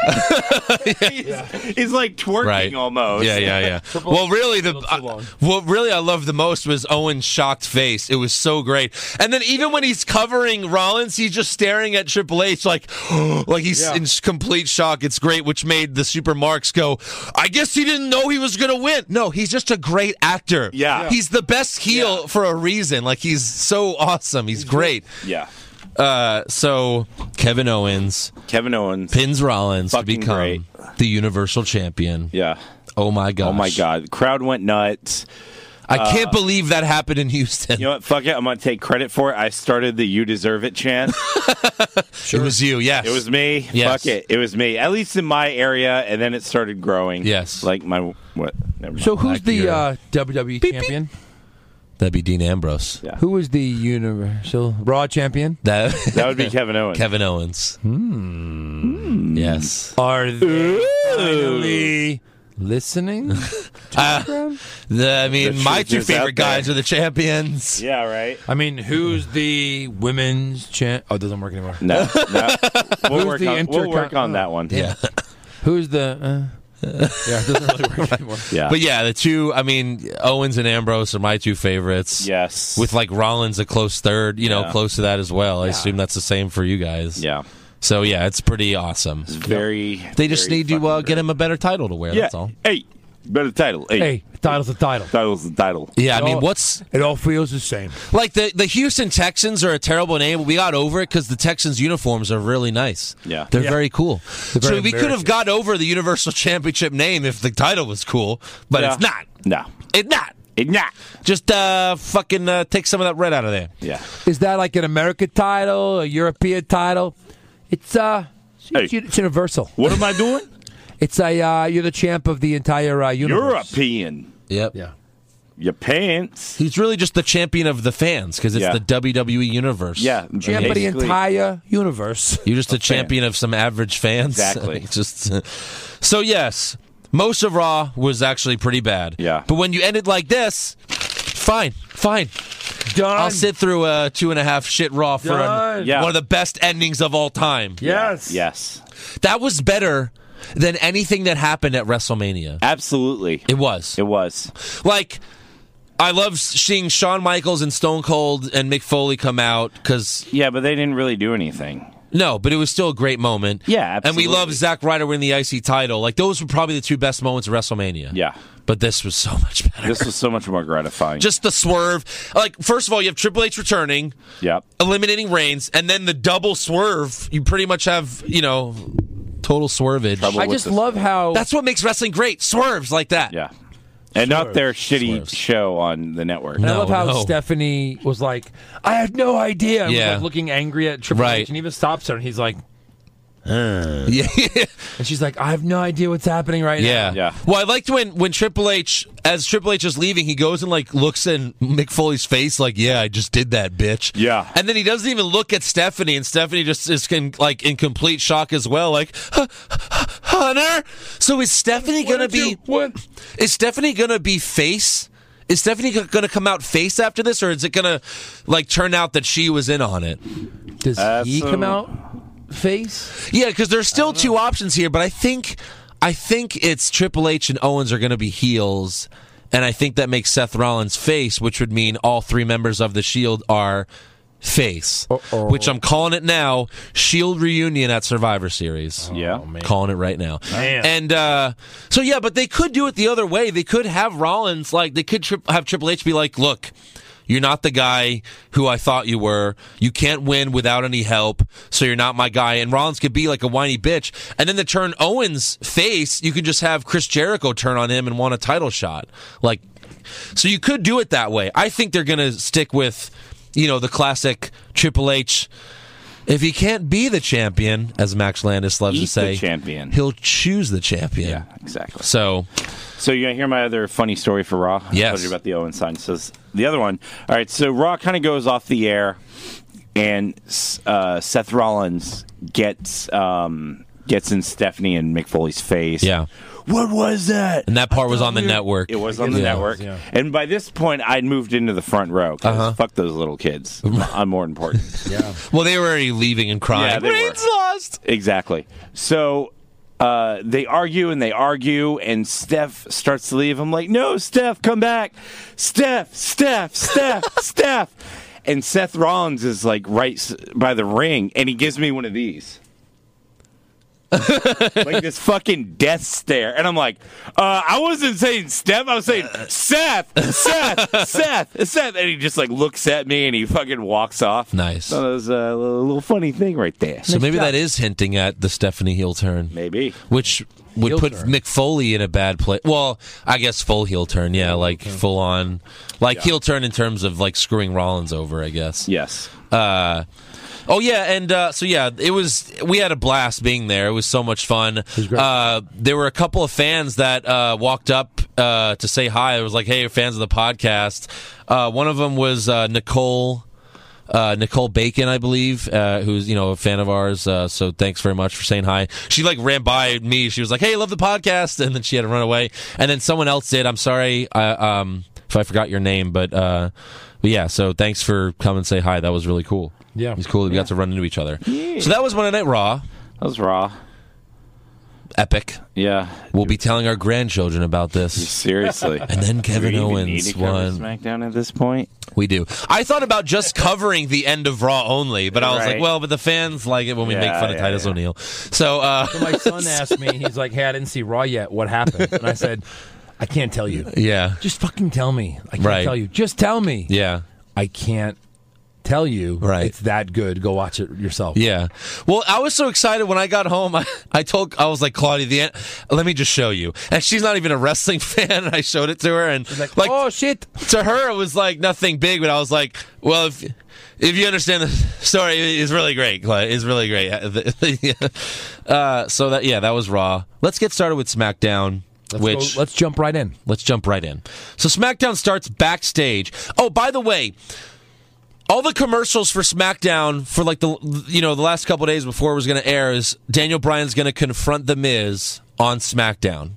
S6: he's, he's like twerking
S4: Right.
S6: almost.
S4: Yeah, yeah, yeah. well, really, the
S11: too
S4: I,
S11: long.
S4: what really I loved the most was Owen's shocked face. It was so great. And then even when he's covering Rollins, he's just staring at Triple H like, like he's in complete shock. It's great, which made the super marks go. I guess he didn't know he was gonna win. No, he's just a great actor.
S6: Yeah.
S4: he's the best heel for a reason. Like he's so awesome. He's great.
S6: Yeah.
S4: Uh, so Kevin Owens
S6: Kevin Owens.
S4: pins Rollins to
S6: Fucking
S4: become
S6: great.
S4: the Universal Champion.
S6: Yeah.
S4: Oh my gosh.
S6: Oh my God. Crowd went nuts.
S4: I can't believe that happened in Houston.
S6: Uh, You know what? Fuck it. I'm gonna take credit for it. I started the "You Deserve It" chant.
S4: It was you, yes.
S6: It was me.
S4: Yes.
S6: Fuck it. It was me. At least in my area, and then it started growing.
S4: Yes.
S6: Like my what? Never mind.
S5: So who's
S4: Like
S5: the
S4: your-
S5: uh, WWE champion?
S4: That'd be Dean Ambrose.
S6: Yeah.
S5: Who is the Universal Raw champion?
S4: That,
S6: that would be Kevin Owens.
S4: Kevin Owens. Hmm. Yes.
S5: Are they finally listening?
S4: Uh, the, I mean,
S6: The
S4: my
S6: truth
S4: two
S6: is out
S4: favorite guys
S6: there.
S4: are the champions.
S6: Yeah. Right.
S5: I mean, who's the women's champ? Oh, it doesn't work anymore.
S6: No. no. We'll,
S5: Who's
S6: work
S5: the
S6: on, we'll work
S5: intercon-
S6: on that one.
S4: Yeah.
S5: Who's the? Uh, yeah, it doesn't really work anymore.
S6: Yeah.
S4: But yeah, the two, I mean, Owens and Ambrose are my two favorites.
S6: yes.
S4: With like Rollins a close third, you know,
S6: Yeah.
S4: close to that as well. I assume that's the same for you guys.
S6: Yeah.
S4: So yeah, it's pretty awesome.
S6: Very.
S4: They just
S6: very
S4: need to uh,
S6: fucking
S4: get him a better title to wear.
S6: great. Yeah.
S4: That's all.
S6: Hey. Better title. Hey.
S5: Hey, title's a title.
S6: Title's the title.
S4: Yeah, I
S5: It
S4: mean,
S5: all-
S4: what's
S5: It all feels the same.
S4: Like the, the Houston Texans are a terrible name. We got over it because the Texans uniforms are really nice.
S6: Yeah.
S4: they're
S5: Yeah.
S4: very cool.
S5: very
S4: so we could have
S5: American.
S4: got over the Universal Championship name if the title was cool, but it's not.
S6: No.
S4: It's not.
S6: It's not.
S4: Just uh, fucking uh, take some of that red out of there.
S6: Yeah.
S5: Is that like an American title, a European title? It's uh, it's,
S6: Hey.
S5: it's universal.
S6: What am I doing?
S5: It's a uh, you're the champ of the entire uh, universe.
S6: European.
S4: Yep.
S5: Yeah.
S6: Your pants.
S4: He's really just the champion of the fans because it's
S6: Yeah.
S4: the WWE universe.
S6: Yeah.
S5: Champ of the
S6: basically.
S5: entire universe.
S4: You're just a champion of some average fans.
S6: Exactly.
S4: just uh, so yes, most of Raw was actually pretty bad.
S6: Yeah.
S4: But when you ended like this, fine, fine.
S5: Done.
S4: I'll sit through a two and a half shit Raw for an,
S5: Done.
S6: Yeah.
S4: one of the best endings of all time.
S5: Yes.
S6: Yes.
S4: That was better than anything that happened at WrestleMania.
S6: Absolutely.
S4: It was.
S6: It was.
S4: Like, I love seeing Shawn Michaels and Stone Cold and Mick Foley come out because
S6: Yeah, but they didn't really do anything.
S4: No, but it was still a great moment.
S6: Yeah,
S4: And we love
S6: absolutely.
S4: Zack Ryder winning the IC title. Like those were probably the two best moments of WrestleMania.
S6: Yeah.
S4: But this was so much better.
S6: This was so much more gratifying.
S4: Just the swerve. Like first of all, you have Triple H returning,
S6: Yep.
S4: eliminating Reigns, and then the double swerve. You pretty much have, you know, total swervage.
S6: Trouble.
S5: I
S6: with
S5: just
S6: this.
S5: love how
S4: That's what makes wrestling great. Swerves like that.
S6: Yeah. And not their shitty
S4: Swerves.
S6: show on the network.
S5: And I
S4: No,
S5: love how
S4: no.
S5: Stephanie was like, "I had no idea." And was,
S4: Yeah.
S5: like, looking angry at Triple
S4: Right.
S5: H, and even stops her, and he's like,
S4: Yeah.
S5: and she's like, "I have no idea what's happening right
S4: Yeah.
S5: now."
S6: Yeah.
S4: Well, I liked when when Triple H, as Triple H is leaving, he goes and like looks in Mick Foley's face, like, "Yeah, I just did that, bitch."
S6: Yeah.
S4: And then he doesn't even look at Stephanie, and Stephanie just is in, like in complete shock as well, like, "Huh, huh, "Hunter." So is Stephanie gonna
S5: did
S4: be
S5: you- what?
S4: Is Stephanie gonna be face? Is Stephanie go- gonna come out face after this, or is it gonna like turn out that she was in on it?
S5: Does
S6: That's
S5: he come
S6: a-
S5: out face?
S4: Yeah, because there's still two options here, but I think I think it's Triple H and Owens are going to be heels, and I think that makes Seth Rollins face, which would mean all three members of the Shield are face,
S5: Uh-oh.
S4: which I'm calling it now. Shield reunion at Survivor Series.
S6: Yeah.
S4: Calling it right now, and uh, so yeah, but they could do it the other way. They could have Rollins like they could tri- have Triple H be like, "Look, you're not the guy who I thought you were. You can't win without any help, so you're not my guy. And Rollins could be like a whiny bitch. And then to turn Owens face, you can just have Chris Jericho turn on him and want a title shot. Like so you could do it that way. I think they're gonna stick with, you know, the classic Triple H If he can't be the champion, as Max Landis loves
S6: Eat
S4: to
S6: the
S4: say,
S6: champion.
S4: he'll choose the champion. Yeah,
S6: exactly.
S4: So
S6: So you hear my other funny story for Raw? I
S4: Yes.
S6: told you about the Owen sign. So s- the other one. All right. So Raw kind of goes off the air, and s- uh, Seth Rollins gets um, gets in Stephanie and Mick Foley's face.
S4: Yeah.
S6: What was that?
S4: And that part was on the network.
S6: It was on the
S4: Yeah.
S6: network. And by this point, I'd moved into the front row. 'cause
S4: Uh-huh.
S6: Fuck those little kids. I'm more important. yeah.
S4: Well, they were already leaving and crying.
S6: Yeah, they were.
S4: lost.
S6: Exactly. So uh, they argue and they argue, and Steph starts to leave. I'm like, no, Steph, come back. Steph, Steph, Steph, Steph. And Seth Rollins is like right s- by the ring, and he gives me one of these. like this fucking death stare. And I'm like, uh, I wasn't saying Steph, I was saying Seth, Seth, Seth, Seth. And he just like looks at me and he fucking walks off.
S4: Nice.
S6: So that was a little little funny thing right there.
S4: So maybe that is hinting at the Stephanie heel turn.
S6: Maybe.
S4: Which would
S6: Heel
S4: put
S6: turn.
S4: Mick Foley in a bad place. Well, I guess full heel turn, yeah, like full on. Like
S6: Yeah.
S4: heel turn in terms of like screwing Rollins over, I guess.
S6: Yes.
S4: Uh Oh yeah, and uh, so yeah, it was. We had a blast being there. It was so much fun. Uh, there were a couple of fans that uh, walked up uh, to say hi. It was like, "Hey, fans of the podcast." Uh, one of them was uh, Nicole uh, Nicole Bacon, I believe, uh, who's you know a fan of ours. Uh, so thanks very much for saying hi. She like ran by me. She was like, "Hey, love the podcast," and then she had to run away. And then someone else did. I'm sorry I, um, if I forgot your name, but uh, but yeah. So thanks for coming and say hi. That was really cool.
S5: Yeah.
S4: it was cool. That We got to run into each other. So that was Monday Night Raw.
S6: That was Raw.
S4: Epic.
S6: Yeah.
S4: We'll be telling our grandchildren about this.
S6: Seriously.
S4: And then Kevin Owens won.
S6: SmackDown at this point.
S4: We do. I thought about just covering the end of Raw only, but I was like,
S6: Right.
S4: well, but the fans like it when we make
S6: Yeah,
S4: fun of
S6: yeah,
S4: Titus O'Neil. So, uh,
S5: So my son asked me, he's like, "Hey, I didn't see Raw yet. What happened?" And I said, "I can't tell you.
S4: yeah,
S5: Just fucking tell me. I can't
S4: Right.
S5: tell you. Just tell me.
S4: yeah,
S5: I can't tell you.
S4: Right.
S5: It's that good. Go watch it yourself.
S4: yeah. Well, I was so excited when I got home. I, I told, I was like, Claudia, the end, let me just show you. And she's not even a wrestling fan. And I showed it to her, and like,
S5: oh shit.
S4: To her, it was like nothing big, but I was like, well, if if you understand the story, it's really great. Claudia. It's really great. uh, so that yeah, that was Raw. Let's get started with SmackDown.
S5: Let's
S4: which
S5: go- let's jump right in.
S4: Let's jump right in. So SmackDown starts backstage. Oh, by the way, all the commercials for SmackDown for like the you know the last couple days before it was going to air is Daniel Bryan's going to confront the Miz on SmackDown.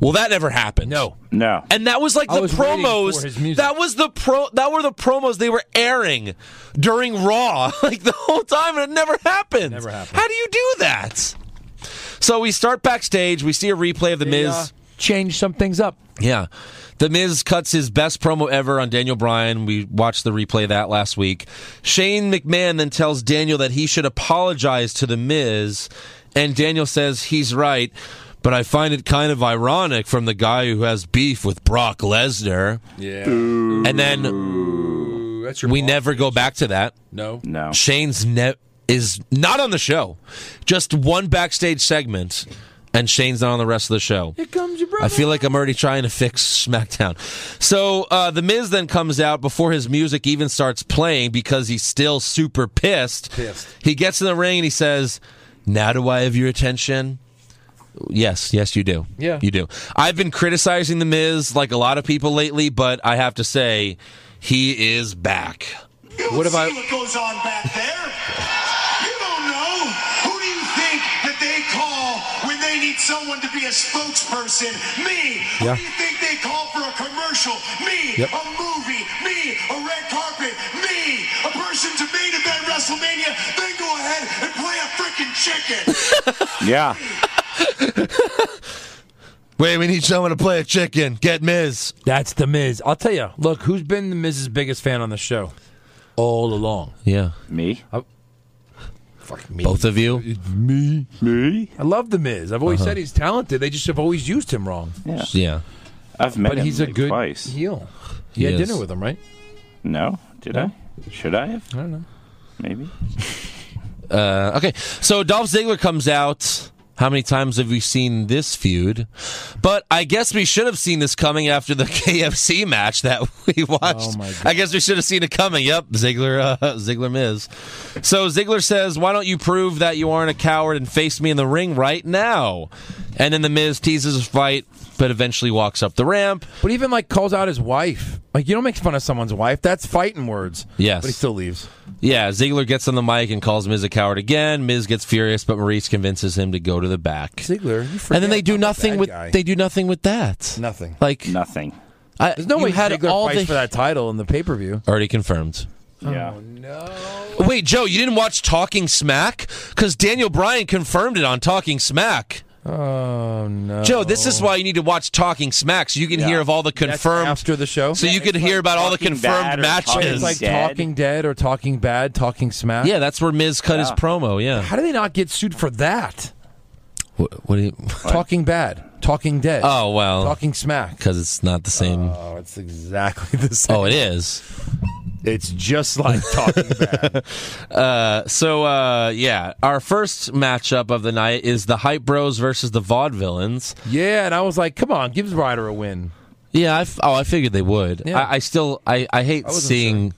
S4: Well, that never happened. No,
S6: No.
S4: and that was like
S5: I
S4: the
S5: was waiting for his
S4: promos.
S5: music.
S4: That was the pro. That were the promos they were airing during Raw, like the whole time, and it never happened. Never happened. How do you do that? So we start backstage. We see a replay of the Miz.
S5: uh, change some things up.
S4: Yeah. The Miz cuts his best promo ever on Daniel Bryan. We watched the replay of that last week. Shane McMahon then tells Daniel that he should apologize to The Miz, and Daniel says he's right, but I find it kind of ironic from the guy who has beef with Brock Lesnar.
S5: Yeah.
S4: And then we never go back to that.
S5: No.
S6: No.
S4: Shane's ne- is not on the show. Just one backstage segment, and Shane's not on the rest of the show.
S5: Here comes your brother.
S4: I feel like I'm already trying to fix SmackDown. So uh, the Miz then comes out before his music even starts playing because he's still super pissed.
S5: Pissed.
S4: He gets in the ring and he says, "Now do I have your attention?" Yes, yes, you do.
S5: Yeah.
S4: you do. I've been criticizing the Miz like a lot of people lately, but I have to say, he is back.
S7: You don't
S4: What if
S7: see
S4: I-
S7: what goes on back there? You don't know. Who do you think that they call when they need someone to be a spokesperson? Me.
S5: Yeah.
S7: Who do you think they call for a commercial? Me.
S5: Yep.
S7: A movie. Me. A red carpet. Me. A person to main event WrestleMania. Then go ahead and play a freaking chicken.
S6: Yeah.
S4: Wait, we need someone to play a chicken. Get Miz.
S5: That's the Miz. I'll tell you. Look, who's been the Miz's biggest fan on the show all along?
S4: Yeah,
S6: Me?
S5: Fuck me.
S4: both of you.
S5: me.
S6: Me?
S5: I love the Miz. I've
S4: Uh-huh.
S5: always said he's talented. They just have always used him wrong.
S6: Yeah.
S4: Yeah,
S6: I've met
S5: But
S6: him
S5: he's a
S6: like
S5: good
S6: twice.
S5: heel.
S4: He
S5: You had
S4: is.
S5: dinner with him, right?
S6: No? Did
S5: No.
S6: I? Should I have?
S5: I don't know.
S6: Maybe.
S4: Uh, okay, so Dolph Ziggler comes out. How many times have we seen this feud? But I guess we should have seen this coming after the KFC match that we watched. I guess we should have seen it coming. Yep, Ziggler, uh, Ziggler Miz. So Ziggler says, "Why don't you prove that you aren't a coward and face me in the ring right now?" And then the Miz teases a fight, but eventually walks up the ramp.
S5: But even like calls out his wife. Like you don't make fun of someone's wife. That's fighting words.
S4: Yes.
S5: But he still leaves.
S4: Yeah, Ziggler gets on the mic and calls Miz a coward again. Miz gets furious, but Maurice convinces him to go to the back.
S5: Ziggler.
S4: and then they do nothing with they do nothing with that.
S5: Nothing.
S4: Like
S6: nothing.
S4: I,
S5: There's no
S4: you
S5: way
S4: had
S5: Ziggler
S4: all
S5: fights
S4: the-
S5: for that title in the pay per view.
S4: Already confirmed.
S6: Yeah.
S4: Wait, Joe, you didn't watch Talking Smack? Because Daniel Bryan confirmed it on Talking Smack.
S5: Oh no.
S4: Joe, this is why you need to watch Talking Smack so you can
S5: Yeah.
S4: hear of all the
S5: That's
S4: confirmed
S5: after the show.
S4: So you can hear about all the
S6: Talking Bad
S4: confirmed
S6: or
S4: matches.
S5: It's like Talking Dead or Talking Bad, Talking Smack.
S4: yeah, that's where Miz cut his
S5: Yeah.
S4: promo. Yeah.
S5: How do they not get sued for that?
S4: What, what do you?
S5: Talking Bad, Talking Dead.
S4: Oh well.
S5: Talking Smack.
S4: Because it's not the same.
S5: Oh, it's exactly the same.
S4: Oh, it is.
S5: It's just like Talking Bad.
S4: Uh, so uh, yeah, our first matchup of the night is the Hype Bros versus the Vaudevillains.
S5: yeah, and I was like, come on, give Ryder a win.
S4: Yeah, I f- oh, I figured they would.
S5: Yeah.
S4: I, I still, I, I hate
S5: I wasn't
S4: seeing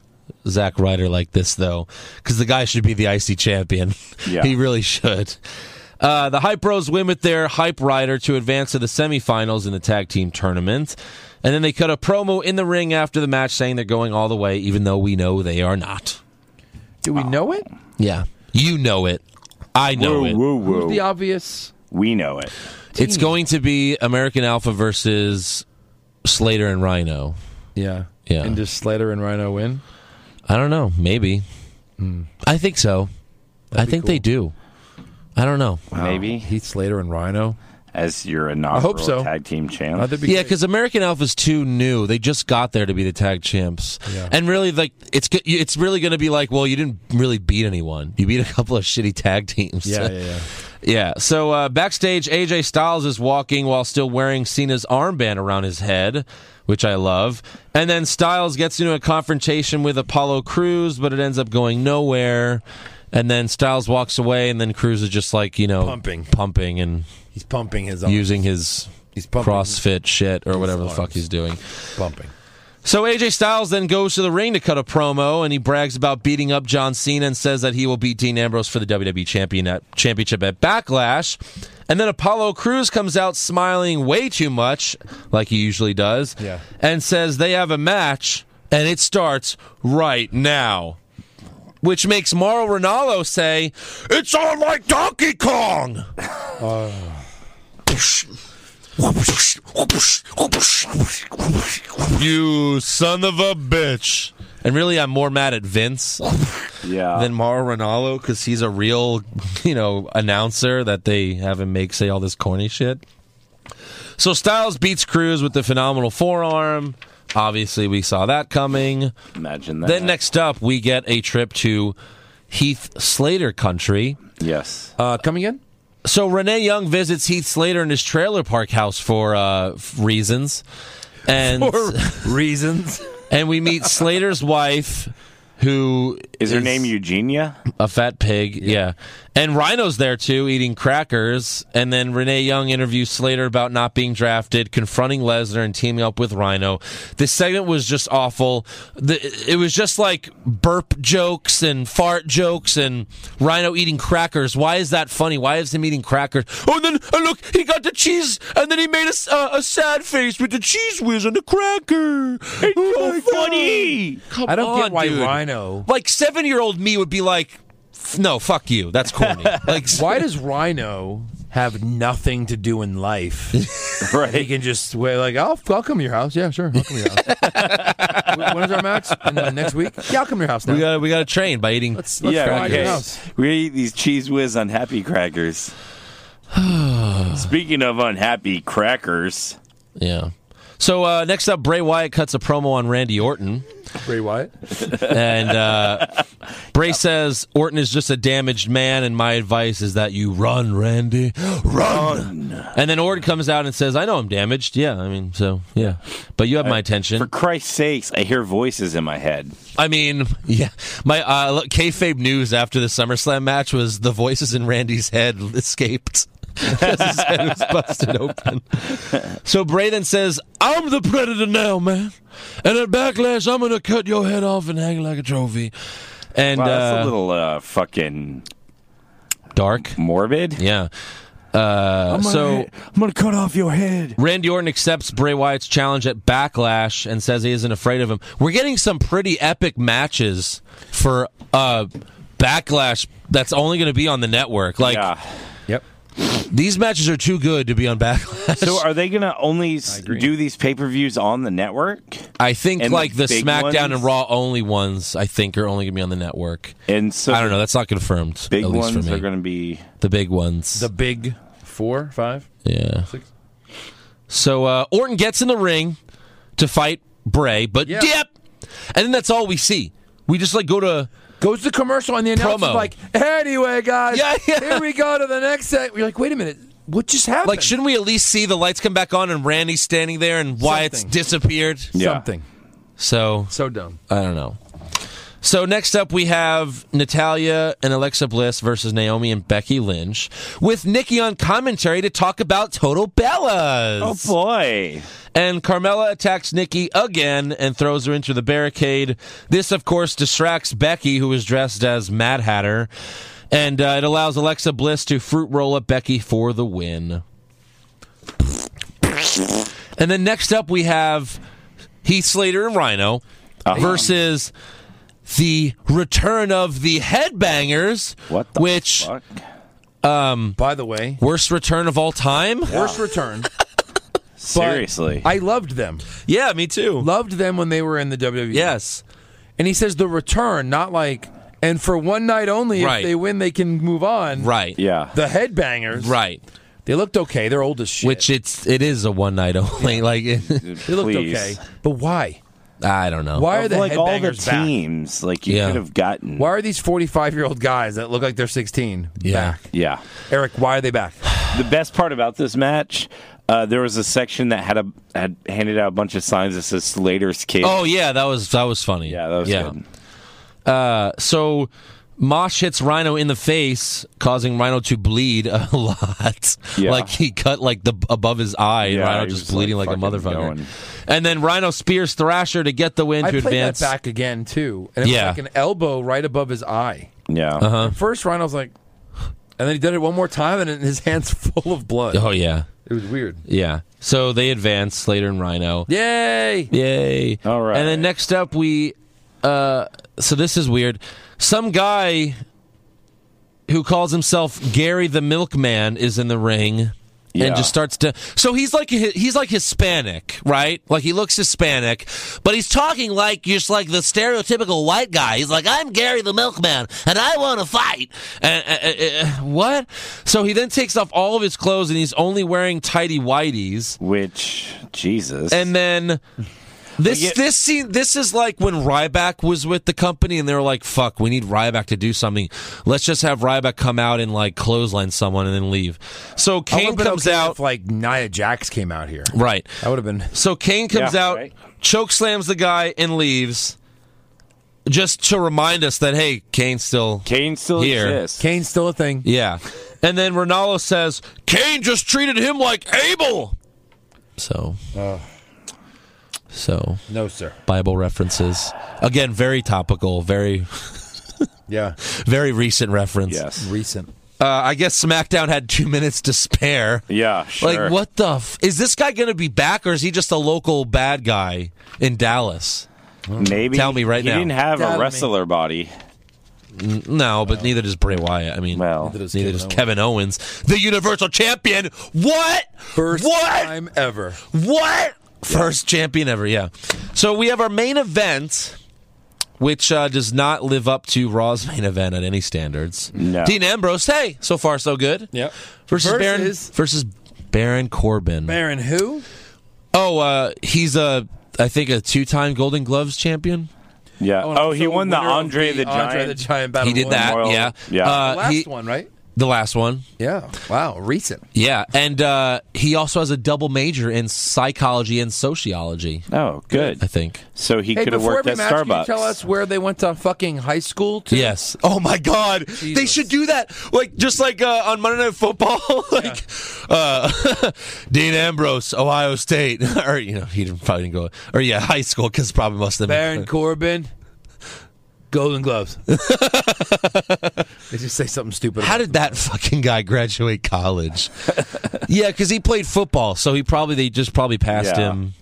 S4: Zack Ryder like this though, because the guy should be the IC champion.
S6: Yeah.
S4: he really should. Uh, the Hype Bros win with their Hype Rider to advance to the semifinals in the tag team tournament. And then they cut a promo in the ring after the match saying they're going all the way, even though we know they are not.
S5: Do we know it?
S4: Yeah. You know it. I know
S6: Woo,
S4: it.
S6: woo, woo.
S5: Who's the obvious?
S6: we know it.
S4: It's going to be American Alpha versus Slater and Rhino.
S5: Yeah.
S4: Yeah.
S5: And does Slater and Rhino win?
S4: I don't know. Maybe. I think so. I
S5: Hmm. be
S4: think they do. I don't know.
S6: Maybe
S5: Heath Slater and Rhino.
S6: as your inaugural
S5: Oh, hope so.
S6: tag team champ.
S5: Oh, that'd be
S4: Yeah,
S5: great.
S4: because American Alpha's too new. They just got there to be the tag champs,
S5: Yeah.
S4: and really, like it's go- it's really going to be like, well, you didn't really beat anyone. You beat a couple of shitty tag teams.
S5: yeah, yeah, yeah.
S4: Yeah. So uh, backstage, AJ Styles is walking while still wearing Cena's armband around his head, which I love. And then Styles gets into a confrontation with Apollo Cruz, but it ends up going nowhere. And then Styles walks away, and then Cruz is just like you know
S5: Pumping.
S4: pumping, and
S5: He's pumping his arms.
S4: using his
S5: He's pumping.
S4: CrossFit shit or whatever the fuck
S5: arms.
S4: he's doing.
S5: Pumping.
S4: So AJ Styles then goes to the ring to cut a promo, and he brags about beating up John Cena and says that he will beat Dean Ambrose for the WWE champion at, championship at Backlash. And then Apollo Cruz comes out smiling way too much, like he usually does,
S5: Yeah.
S4: and says they have a match, and it starts right now. Which makes Mauro Ronaldo say, It's on like Donkey Kong! You son of a bitch. And really, I'm more mad at Vince
S6: yeah.
S4: than Mauro Ronaldo because he's a real, you know, announcer that they have him make say all this corny shit. So Styles beats Cruz with the phenomenal forearm. Obviously, we saw that coming.
S6: Imagine that.
S4: Then next up, we get a trip to Heath Slater country.
S6: Yes.
S5: Uh, coming in?
S4: So Renee Young visits Heath Slater in his trailer park house for uh, f- reasons, and
S5: reasons.
S4: and we meet Slater's wife, who
S6: Is her name Eugenia?
S4: a fat pig. Yeah. and Rhino's there too, eating crackers. And then Renee Young interviews Slater about not being drafted, confronting Lesnar, and teaming up with Rhino. This segment was just awful. The, it was just like burp jokes and fart jokes and Rhino eating crackers. Why is that funny? Why is him eating crackers? Oh, and then oh, look, he got the cheese, and then he made a, s- uh, a sad face with the cheese whiz on the cracker. Oh It's so
S6: funny.
S4: Come
S5: I don't get
S4: on,
S5: why
S4: dude
S5: Rhino.
S4: like seven year old me would be like, "F- no, fuck you. That's corny. Like,
S5: Why does Rhino have nothing to do in life? he
S6: Right.
S5: can just wait, like, I'll, I'll come to your house. Yeah, sure. I'll come to your house. when is our match? And then next week? Yeah, I'll come to your house now.
S4: we got we got to train by eating.
S5: let's let's
S6: yeah,
S5: go to your
S6: okay.
S5: house.
S6: We eat these cheese whiz unhappy crackers. Speaking of unhappy crackers,
S4: Yeah. So uh, next up, Bray Wyatt cuts a promo on Randy Orton,
S5: Bray Wyatt.
S4: and uh, Bray says Orton is just a damaged man, and my advice is that you run, Randy, run. And then Orton comes out and says, "I know I'm damaged. Yeah, I mean, so yeah, but you have my attention.
S6: for Christ's sakes, I hear voices in my head.
S4: I mean, yeah. My uh, look, kayfabe news after the SummerSlam match was the voices in Randy's head escaped. as his head was busted open. So Bray then says, I'm the predator now, man. And at Backlash, I'm going to cut your head off and hang it like a trophy. And
S6: Wow, that's
S4: uh,
S6: a little uh, fucking
S4: dark,
S6: morbid.
S4: Yeah. Uh, so
S6: I'm gonna cut off your head.
S4: Randy Orton accepts Bray Wyatt's challenge at Backlash and says he isn't afraid of him. We're getting some pretty epic matches for uh, Backlash that's only going to be on the network. Like,
S5: yep.
S4: These matches are too good to be on Backlash.
S6: So are they gonna only s- do these pay per views on the network?
S4: I think
S6: And the
S4: like the,
S6: big
S4: SmackDown and
S6: ones?
S4: Raw only ones. I think are only going to be on the network.
S6: And so
S4: I don't know. That's not confirmed.
S6: Big
S4: at least
S6: ones
S4: for me.
S6: are gonna be
S4: the big ones.
S11: The big four, five.
S4: Yeah. So uh, Orton gets in the ring to fight Bray, but dip, and then that's all we see. We just like go to
S5: goes to commercial and the announcer's
S4: promo.
S5: like, anyway, guys,
S4: Yeah, yeah.
S5: here we go to the next set. You're like, wait a minute, what just happened?
S4: like, shouldn't we at least see the lights come back on and Randy's standing there and Wyatt's disappeared?
S5: Something.
S4: So
S11: so dumb.
S4: I don't know. So next up we have Natalia and Alexa Bliss versus Naomi and Becky Lynch with Nikki on commentary to talk about Total Bellas.
S6: Oh boy.
S4: And Carmella attacks Nikki again and throws her into the barricade. This of course distracts Becky who is dressed as Mad Hatter and uh, it allows Alexa Bliss to fruit roll up Becky for the win. And then next up, we have Heath Slater and Rhino versus the return of the Headbangers. What? which, um,
S5: by the way,
S4: worst return of all time.
S5: Worst return.
S6: Seriously.
S5: I loved them.
S4: Yeah, me too.
S5: Loved them when they were in the WWE.
S4: Yes.
S5: And he says the return, not like, and for one night only,
S4: Right.
S5: if they win, they can move on.
S4: Right.
S6: Yeah.
S5: The headbangers.
S4: Right.
S5: They looked okay. They're old as shit.
S4: Which it's it is a one night only. Like
S5: They looked okay. But why?
S4: I don't know.
S5: Why are
S6: Of,
S5: the
S6: like all the
S5: headbangers back?
S6: teams? Like you
S4: Yeah.
S6: could have gotten.
S5: Why are these 45 year old guys that look like they're 16
S4: Yeah.
S5: back?
S6: Yeah.
S5: Eric, why are they back?
S6: The best part about this match, uh, there was a section that had a had handed out a bunch of signs that says Slater's kid.
S4: Oh yeah, that was that was funny.
S6: Yeah, that was good.
S4: Uh, so Mosh hits Rhino in the face, causing Rhino to bleed a lot.
S6: Yeah.
S4: Like he cut like the above his eye, and
S6: Yeah,
S4: Rhino
S6: he
S4: just
S6: was,
S4: bleeding like,
S6: like,
S4: a
S6: fucking
S4: motherfucker.
S6: going.
S4: And then Rhino spears Thrasher to get the win
S5: I
S4: to
S5: played
S4: advance.
S5: that back again, too. And it
S4: Yeah.
S5: was like an elbow right above his eye.
S6: Yeah.
S4: Uh-huh.
S5: First, Rhino's like, and then he did it one more time, and his hand's full of blood.
S4: Oh yeah,
S5: It was weird.
S4: yeah. So they advance Slater and Rhino.
S5: Yay!
S4: Yay!
S6: All right.
S4: And then next up we, uh, so this is weird. Some guy who calls himself Gary the Milkman is in the ring.
S6: Yeah.
S4: And just starts to. So he's like he's like Hispanic, right? Like he looks Hispanic, but he's talking like just like the stereotypical white guy. He's like, "I'm Gary the Milkman, and I want to fight." And, uh, uh, uh, what? So he then takes off all of his clothes, and he's only wearing tidy whities.
S6: Which Jesus.
S4: And then this
S6: Like it-
S4: this scene this is like when Ryback was with the company and they were like, "Fuck, we need Ryback to do something. Let's just have Ryback come out and like clothesline someone and then leave." So
S5: I would've
S4: Kane
S5: been
S4: comes
S5: okay
S4: out
S5: If, like Nia Jax came out here.
S4: right.
S5: That would have been.
S4: So Kane comes
S6: Yeah,
S4: out,
S6: right.
S4: choke slams the guy and leaves. Just to remind us that hey, Kane's still
S6: Kane still
S4: Here.
S6: exists.
S5: Kane's still a thing.
S4: yeah. And then Ronaldo says, "Kane just treated him like Abel." So. So.
S5: No, sir.
S4: Bible references. Again, very topical, very
S5: Yeah.
S4: very recent reference.
S6: Yes.
S5: Recent.
S4: Uh, I guess SmackDown had two minutes to spare.
S6: Yeah. Sure.
S4: Like, what the? F- is this guy going to be back, or is he just a local bad guy in Dallas?
S6: Maybe.
S4: Tell me right
S6: he
S4: now.
S6: didn't have
S5: Tell
S6: a
S5: me.
S6: wrestler body.
S4: No, but neither does Bray Wyatt. I mean,
S6: Well.
S4: neither does, Kevin, Owens. the Universal Champion. What?
S5: First
S4: what?
S5: time ever.
S4: What? First champion ever, yeah. So we have our main event, which uh, does not live up to Raw's main event at any standards.
S6: No.
S4: Dean Ambrose, hey, so far so good.
S5: Yep.
S4: Versus, Baron
S5: Versus-
S4: versus Baron Corbin.
S5: Baron who?
S4: Oh, uh, he's a I think a two-time Golden Gloves champion.
S6: Yeah.
S5: and
S6: Oh, he
S5: also
S6: won the
S5: winner of
S6: Andre the, Giant.
S5: Andre the Giant battle.
S4: He did
S5: royal.
S4: that,
S6: Royal.
S4: yeah.
S6: Yeah.
S4: Uh,
S5: Last
S4: he-
S5: one, right?
S4: The last one.
S5: Yeah. Wow. Recent.
S4: Yeah, and uh, he also has a double major in psychology and sociology.
S6: Oh, good.
S4: I think
S6: so. He
S5: hey,
S6: could have
S5: before
S6: worked
S5: every
S6: at
S5: match, Can you
S6: Starbucks.
S5: tell us where they went to fucking high school? To?
S4: Yes. Oh my God, they should do that. Like just like uh, on Monday Night Football, like uh, Dean Ambrose, Ohio State, or you know he didn't, probably didn't go, or yeah, high school because probably must have.
S5: Baron
S4: Been.
S5: Corbin, Golden Gloves. they just say something stupid.
S4: How did that fucking guy graduate college? yeah, because he played football, so he probably they just probably passed
S6: Yeah.
S4: him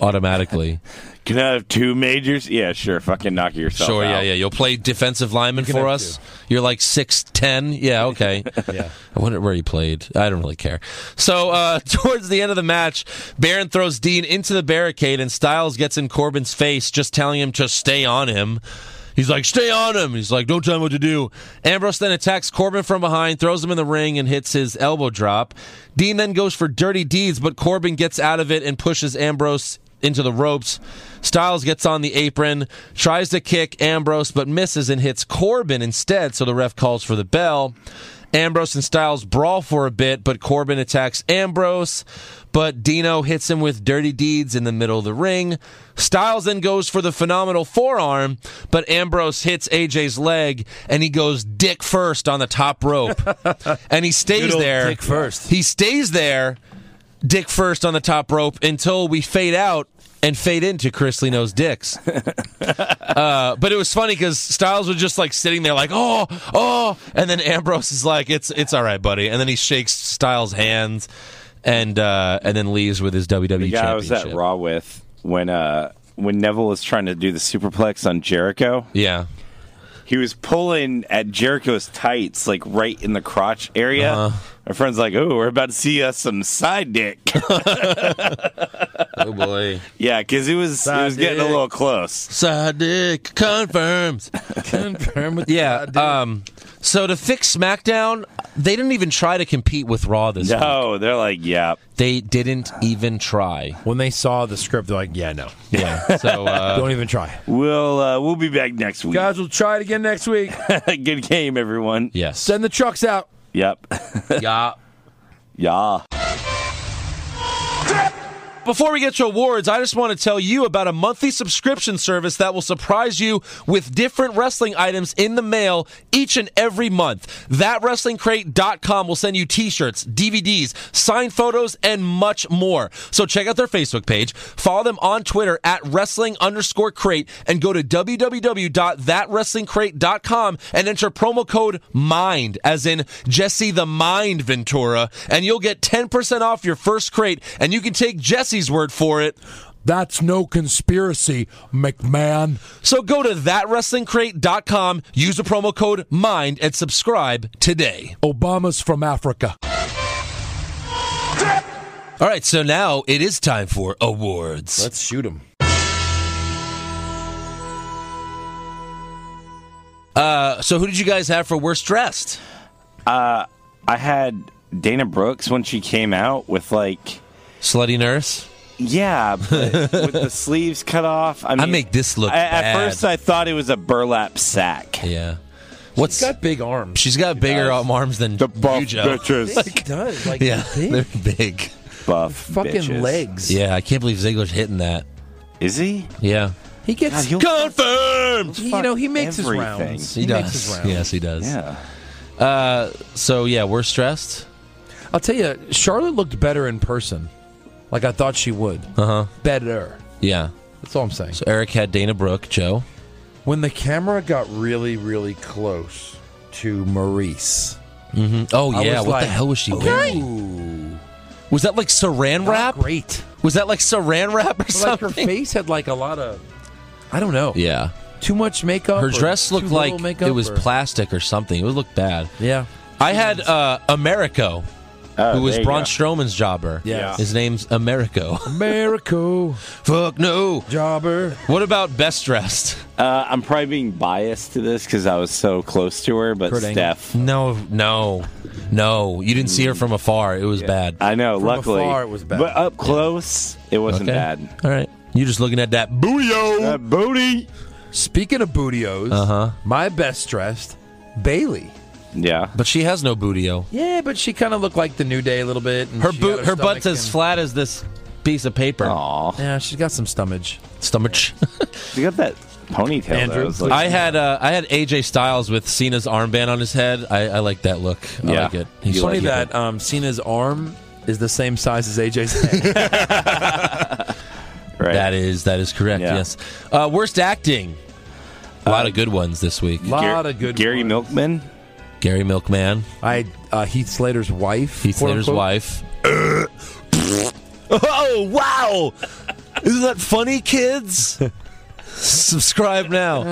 S4: automatically.
S6: Can I have two majors? Yeah, sure. Fucking knock yourself
S4: Sure,
S6: out.
S4: yeah, yeah. You'll play defensive lineman
S6: can
S4: for
S6: have
S4: us. You're like six ten. Yeah, okay. yeah. I wonder where he played. I don't really care. So uh, towards the end of the match, Baron throws Dean into the barricade, and Styles gets in Corbin's face, just telling him to stay on him. He's like, stay on him. He's like, don't tell him what to do. Ambrose then attacks Corbin from behind, throws him in the ring, and hits his elbow drop. Dean then goes for dirty deeds, but Corbin gets out of it and pushes Ambrose into the ropes. Styles gets on the apron, tries to kick Ambrose, but misses and hits Corbin instead, so the ref calls for the bell. Ambrose and Styles brawl for a bit, but Corbin attacks Ambrose, but Dino hits him with dirty deeds in the middle of the ring. Styles then goes for the phenomenal forearm, but Ambrose hits AJ's leg and he goes dick first on the top rope. and he stays
S5: Good old
S4: there.
S5: dick first.
S4: He stays there dick first on the top rope until we fade out and fade into Chris Leno's dicks. uh, but it was funny because Styles was just like sitting there, like oh, oh, and then Ambrose is like, "It's it's all right, buddy," and then he shakes Styles' hands and uh, and then leaves with his WWE
S6: The guy I was
S4: championship.
S6: at Raw with when uh when Neville was trying to do the superplex on Jericho.
S4: Yeah.
S6: He was pulling at Jericho's tights, like right in the crotch area.
S4: Uh-huh.
S6: My friend's like, "Oh, we're about to see uh, some side dick."
S4: oh boy!
S6: Yeah, because it was it was getting a
S4: dick.
S6: little close.
S4: Side dick confirms. Confirm with yeah. Um, so to fix SmackDown, they didn't even try to compete with Raw this week.
S6: No, they're like, "Yeah."
S4: They didn't even try.
S5: When they saw the script, they're like, "Yeah, no,
S4: Yeah. So uh,
S5: don't even try."
S6: We'll uh, we'll be back next week.
S5: Guys, we'll try it again next week.
S6: Good game, everyone.
S4: Yes.
S5: Send the trucks out.
S6: Yep.
S4: yeah.
S6: yeah.
S4: Before we get to awards, I just want to tell you about a monthly subscription service that will surprise you with different wrestling items in the mail each and every month. ThatWrestlingCrate.com will send you t shirts, DVDs, signed photos, and much more. So check out their Facebook page, follow them on Twitter at wrestling underscore crate, and go to www.thatwrestlingcrate.com and enter promo code MIND, as in Jesse the Mind Ventura, and you'll get 10% off your first crate, and you can take Jesse's word for it.
S5: That's no conspiracy, McMahon.
S4: So go to thatwrestlingcrate.com, use the promo code MIND, and subscribe today.
S5: Obama's from Africa.
S4: All right, so now it is time for awards.
S5: Let's shoot him.
S4: Uh, so who did you guys have for worst dressed?
S6: Uh, I had Dana Brooks when she came out with like,
S4: Slutty nurse.
S6: yeah, but with the sleeves cut off. I, mean,
S4: I make this look
S6: I- At
S4: bad.
S6: first, I thought it was a burlap sack.
S4: Yeah. What's
S5: He's got big arms.
S4: She's got bigger
S6: does.
S4: um, arms than the
S6: buff
S4: you, Joe.
S6: bitches.
S5: He does. Like,
S4: Yeah,
S5: big
S4: they're big.
S6: Buff
S5: fucking
S6: bitches.
S5: legs.
S4: Yeah, I can't believe Ziggler's hitting that.
S6: Is he?
S4: Yeah,
S5: He gets.
S6: God, he'll-
S4: confirmed.
S5: he- you know, he makes
S6: Everything.
S5: his rounds.
S4: He,
S5: makes his
S4: does.
S5: rounds.
S4: Yes, he does.
S6: Yeah.
S4: Uh, so yeah, we're stressed.
S5: I'll tell you, Charlotte looked better in person. Like I thought she would.
S4: Uh huh.
S5: Better.
S4: Yeah.
S5: That's all I'm saying.
S4: So Eric had Dana Brooke, Joe.
S5: When the camera got really, really close to Maurice,
S4: Mm-hmm. Oh
S5: I
S4: yeah,
S5: was
S4: what
S5: like,
S4: the hell was she wearing?
S5: Ooh,
S4: Was that like saran
S5: not
S4: wrap?
S5: great.
S4: Was that like saran wrap or
S5: But like her
S4: something?
S5: face had like a lot of, I don't know,
S4: yeah,
S5: too much makeup.
S4: her
S5: or
S4: dress
S5: too
S4: looked
S5: little
S4: like
S5: makeup
S4: it was
S5: or-
S4: plastic or something. It would look bad.
S5: Yeah,
S4: I had uh, Americo,
S6: Oh,
S4: who was
S6: there you
S4: Braun
S6: go.
S4: Strowman's jobber.
S5: Yeah.
S4: his name's Americo.
S5: America
S4: Fuck no.
S5: jobber.
S4: What about best dressed?
S6: Uh, I'm probably being biased to this because I was so close to her, but
S5: Kurt Angle.
S6: Steph.
S4: No, no, no. You didn't see her from afar. It was bad.
S6: I know,
S5: From
S6: luckily.
S5: afar, it was bad.
S6: But up close, it wasn't
S4: Okay. Uh,
S6: bad.
S4: All right. You're just looking at that booyo.
S6: That booty.
S5: Speaking of bootios,
S4: Uh-huh.
S5: my best dressed, Bailey.
S6: Yeah.
S12: But she has no bootio.
S5: Yeah, but she kind of looked like the New Day a little bit. and
S4: Her
S5: she
S4: boot,
S5: got
S4: her butt's
S5: stomach
S4: as
S5: and-
S4: flat as this piece of paper.
S6: Aww.
S5: Yeah, she's got some stomach.
S12: Stomach.
S6: you got that ponytail.
S4: Andrew,
S6: though. It's like-
S4: I had uh, I had AJ Styles with Cena's armband on his head. I, I like that look. I
S5: Yeah.
S4: like it.
S5: It's funny
S4: uh,
S5: that um, Cena's arm is the same size as AJ's head.
S6: right.
S4: That is that is correct. Yes. Uh, worst acting. A lot of good ones this week. A
S5: lot of good Gary
S6: Milkman.
S4: Gary Milkman.
S5: I uh, Heath Slater's wife.
S4: Heath
S5: quote
S4: Slater's wife.
S5: unquote.
S4: oh wow! Isn't that funny, kids? Subscribe now.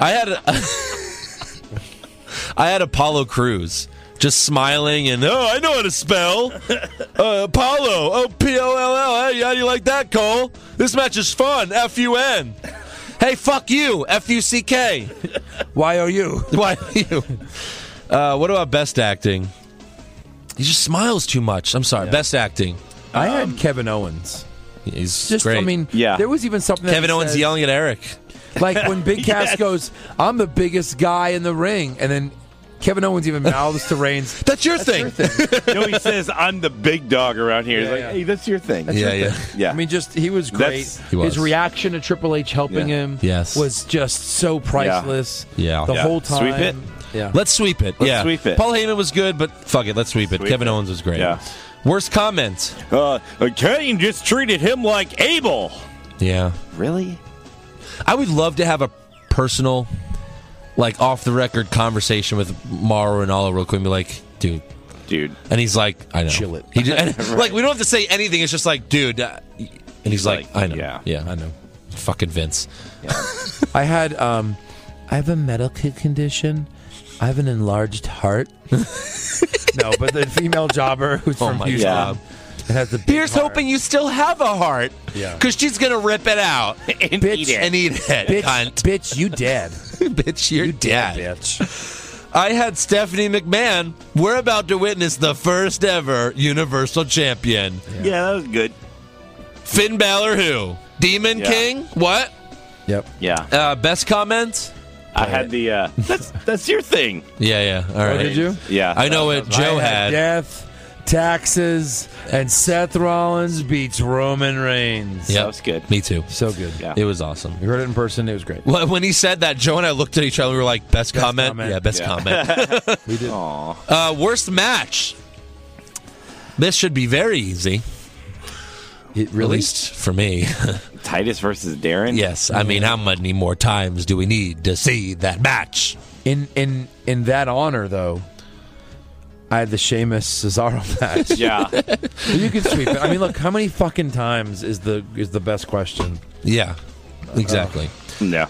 S4: I had a, I had Apollo Cruz just smiling and oh I know how to spell uh, Apollo O P O L L. Hey, how do you like that, Cole? This match is fun. F U N. Hey, fuck you. F U C K.
S5: Why are you?
S4: Why are you? Uh, what about best acting? He just smiles too much. I'm sorry. Best acting.
S5: I had Kevin Owens.
S4: He's
S5: Um, Just,
S4: great.
S5: I mean, there was even something. That
S4: Kevin
S5: he
S4: Owens
S5: said-
S4: yelling at Eric.
S5: Like when Big Cass
S4: Yes.
S5: goes, "I'm the biggest guy in the ring," and then Kevin Owens even mouths to Reigns,
S4: "That's your
S5: thing."
S6: no, he says I'm the big dog around here. He's
S5: Yeah,
S6: like,
S5: yeah.
S6: hey, that's your thing.
S5: That's your thing.
S6: yeah.
S5: I mean, just he was great.
S6: That's-
S4: He was.
S5: His reaction to Triple H helping
S4: Yeah.
S5: him,
S4: Yes.
S5: was just so priceless.
S4: Yeah.
S5: the
S4: Yeah.
S5: whole time.
S4: Sweep it.
S5: Yeah,
S4: Let's sweep it.
S6: Let's
S4: yeah.
S6: sweep it.
S4: Paul Heyman was good, but fuck it. Let's sweep it.
S6: Sweep
S4: Kevin
S6: it.
S4: Owens was great.
S6: Yeah.
S4: Worst comment.
S6: Uh, Kane just treated him like Abel.
S4: Yeah.
S6: Really?
S4: I would love to have a personal, like off the record conversation with Mauro and Ala real quick and be like, dude.
S6: Dude.
S4: And he's like, I know.
S5: Chill it.
S4: He just, and,
S5: Right.
S4: Like, we don't have to say anything. It's just like, dude. Uh, and he's, like, I know.
S6: Yeah.
S4: Yeah. I know. Fucking Vince.
S5: I had um, I have a medical condition. I have an enlarged heart. no, but the female jobber who's
S4: Oh
S5: from
S4: my
S5: Houston
S4: God.
S5: and has the big
S4: Here's
S5: heart.
S4: hoping you still have a heart.
S5: Yeah.
S4: Because she's going to rip it out
S6: and
S5: Bitch.
S4: eat it. And eat it.
S5: Bitch,
S4: cunt.
S5: bitch, you dead.
S4: bitch, you're dead.
S5: bitch.
S4: I had Stephanie McMahon. We're about to witness the first ever Universal Champion.
S6: Yeah, that was good.
S4: Finn Balor, who? Demon
S6: Yeah.
S4: King? What?
S5: Yep.
S6: Yeah.
S4: Uh, best comment?
S6: I had the uh, that's that's your thing.
S4: Yeah, yeah. All right.
S5: did you?
S6: Yeah.
S4: I know it. Joe
S5: I
S4: had.
S5: death, taxes, and Seth Rollins beats Roman Reigns.
S4: Yep.
S6: That was good.
S4: Me too.
S5: So good.
S6: Yeah.
S4: It was awesome.
S5: You heard it in person. It was great.
S4: Well, When he said that, Joe and I looked at each other. We were like, "Best, comment?
S5: comment.
S4: yeah, best
S6: Yeah.
S4: comment."
S5: We did.
S4: uh, worst match. This should be very easy,
S5: It
S4: at
S5: really.
S4: least for me.
S6: Titus versus Darren.
S4: yes, I mean, how many more times do we need to see that match?
S5: In in in that honor though, I had the Sheamus Cesaro match.
S6: Yeah.
S5: You can sweep it. I mean, look, how many fucking times is the is the best question?
S4: Yeah, exactly.
S6: yeah.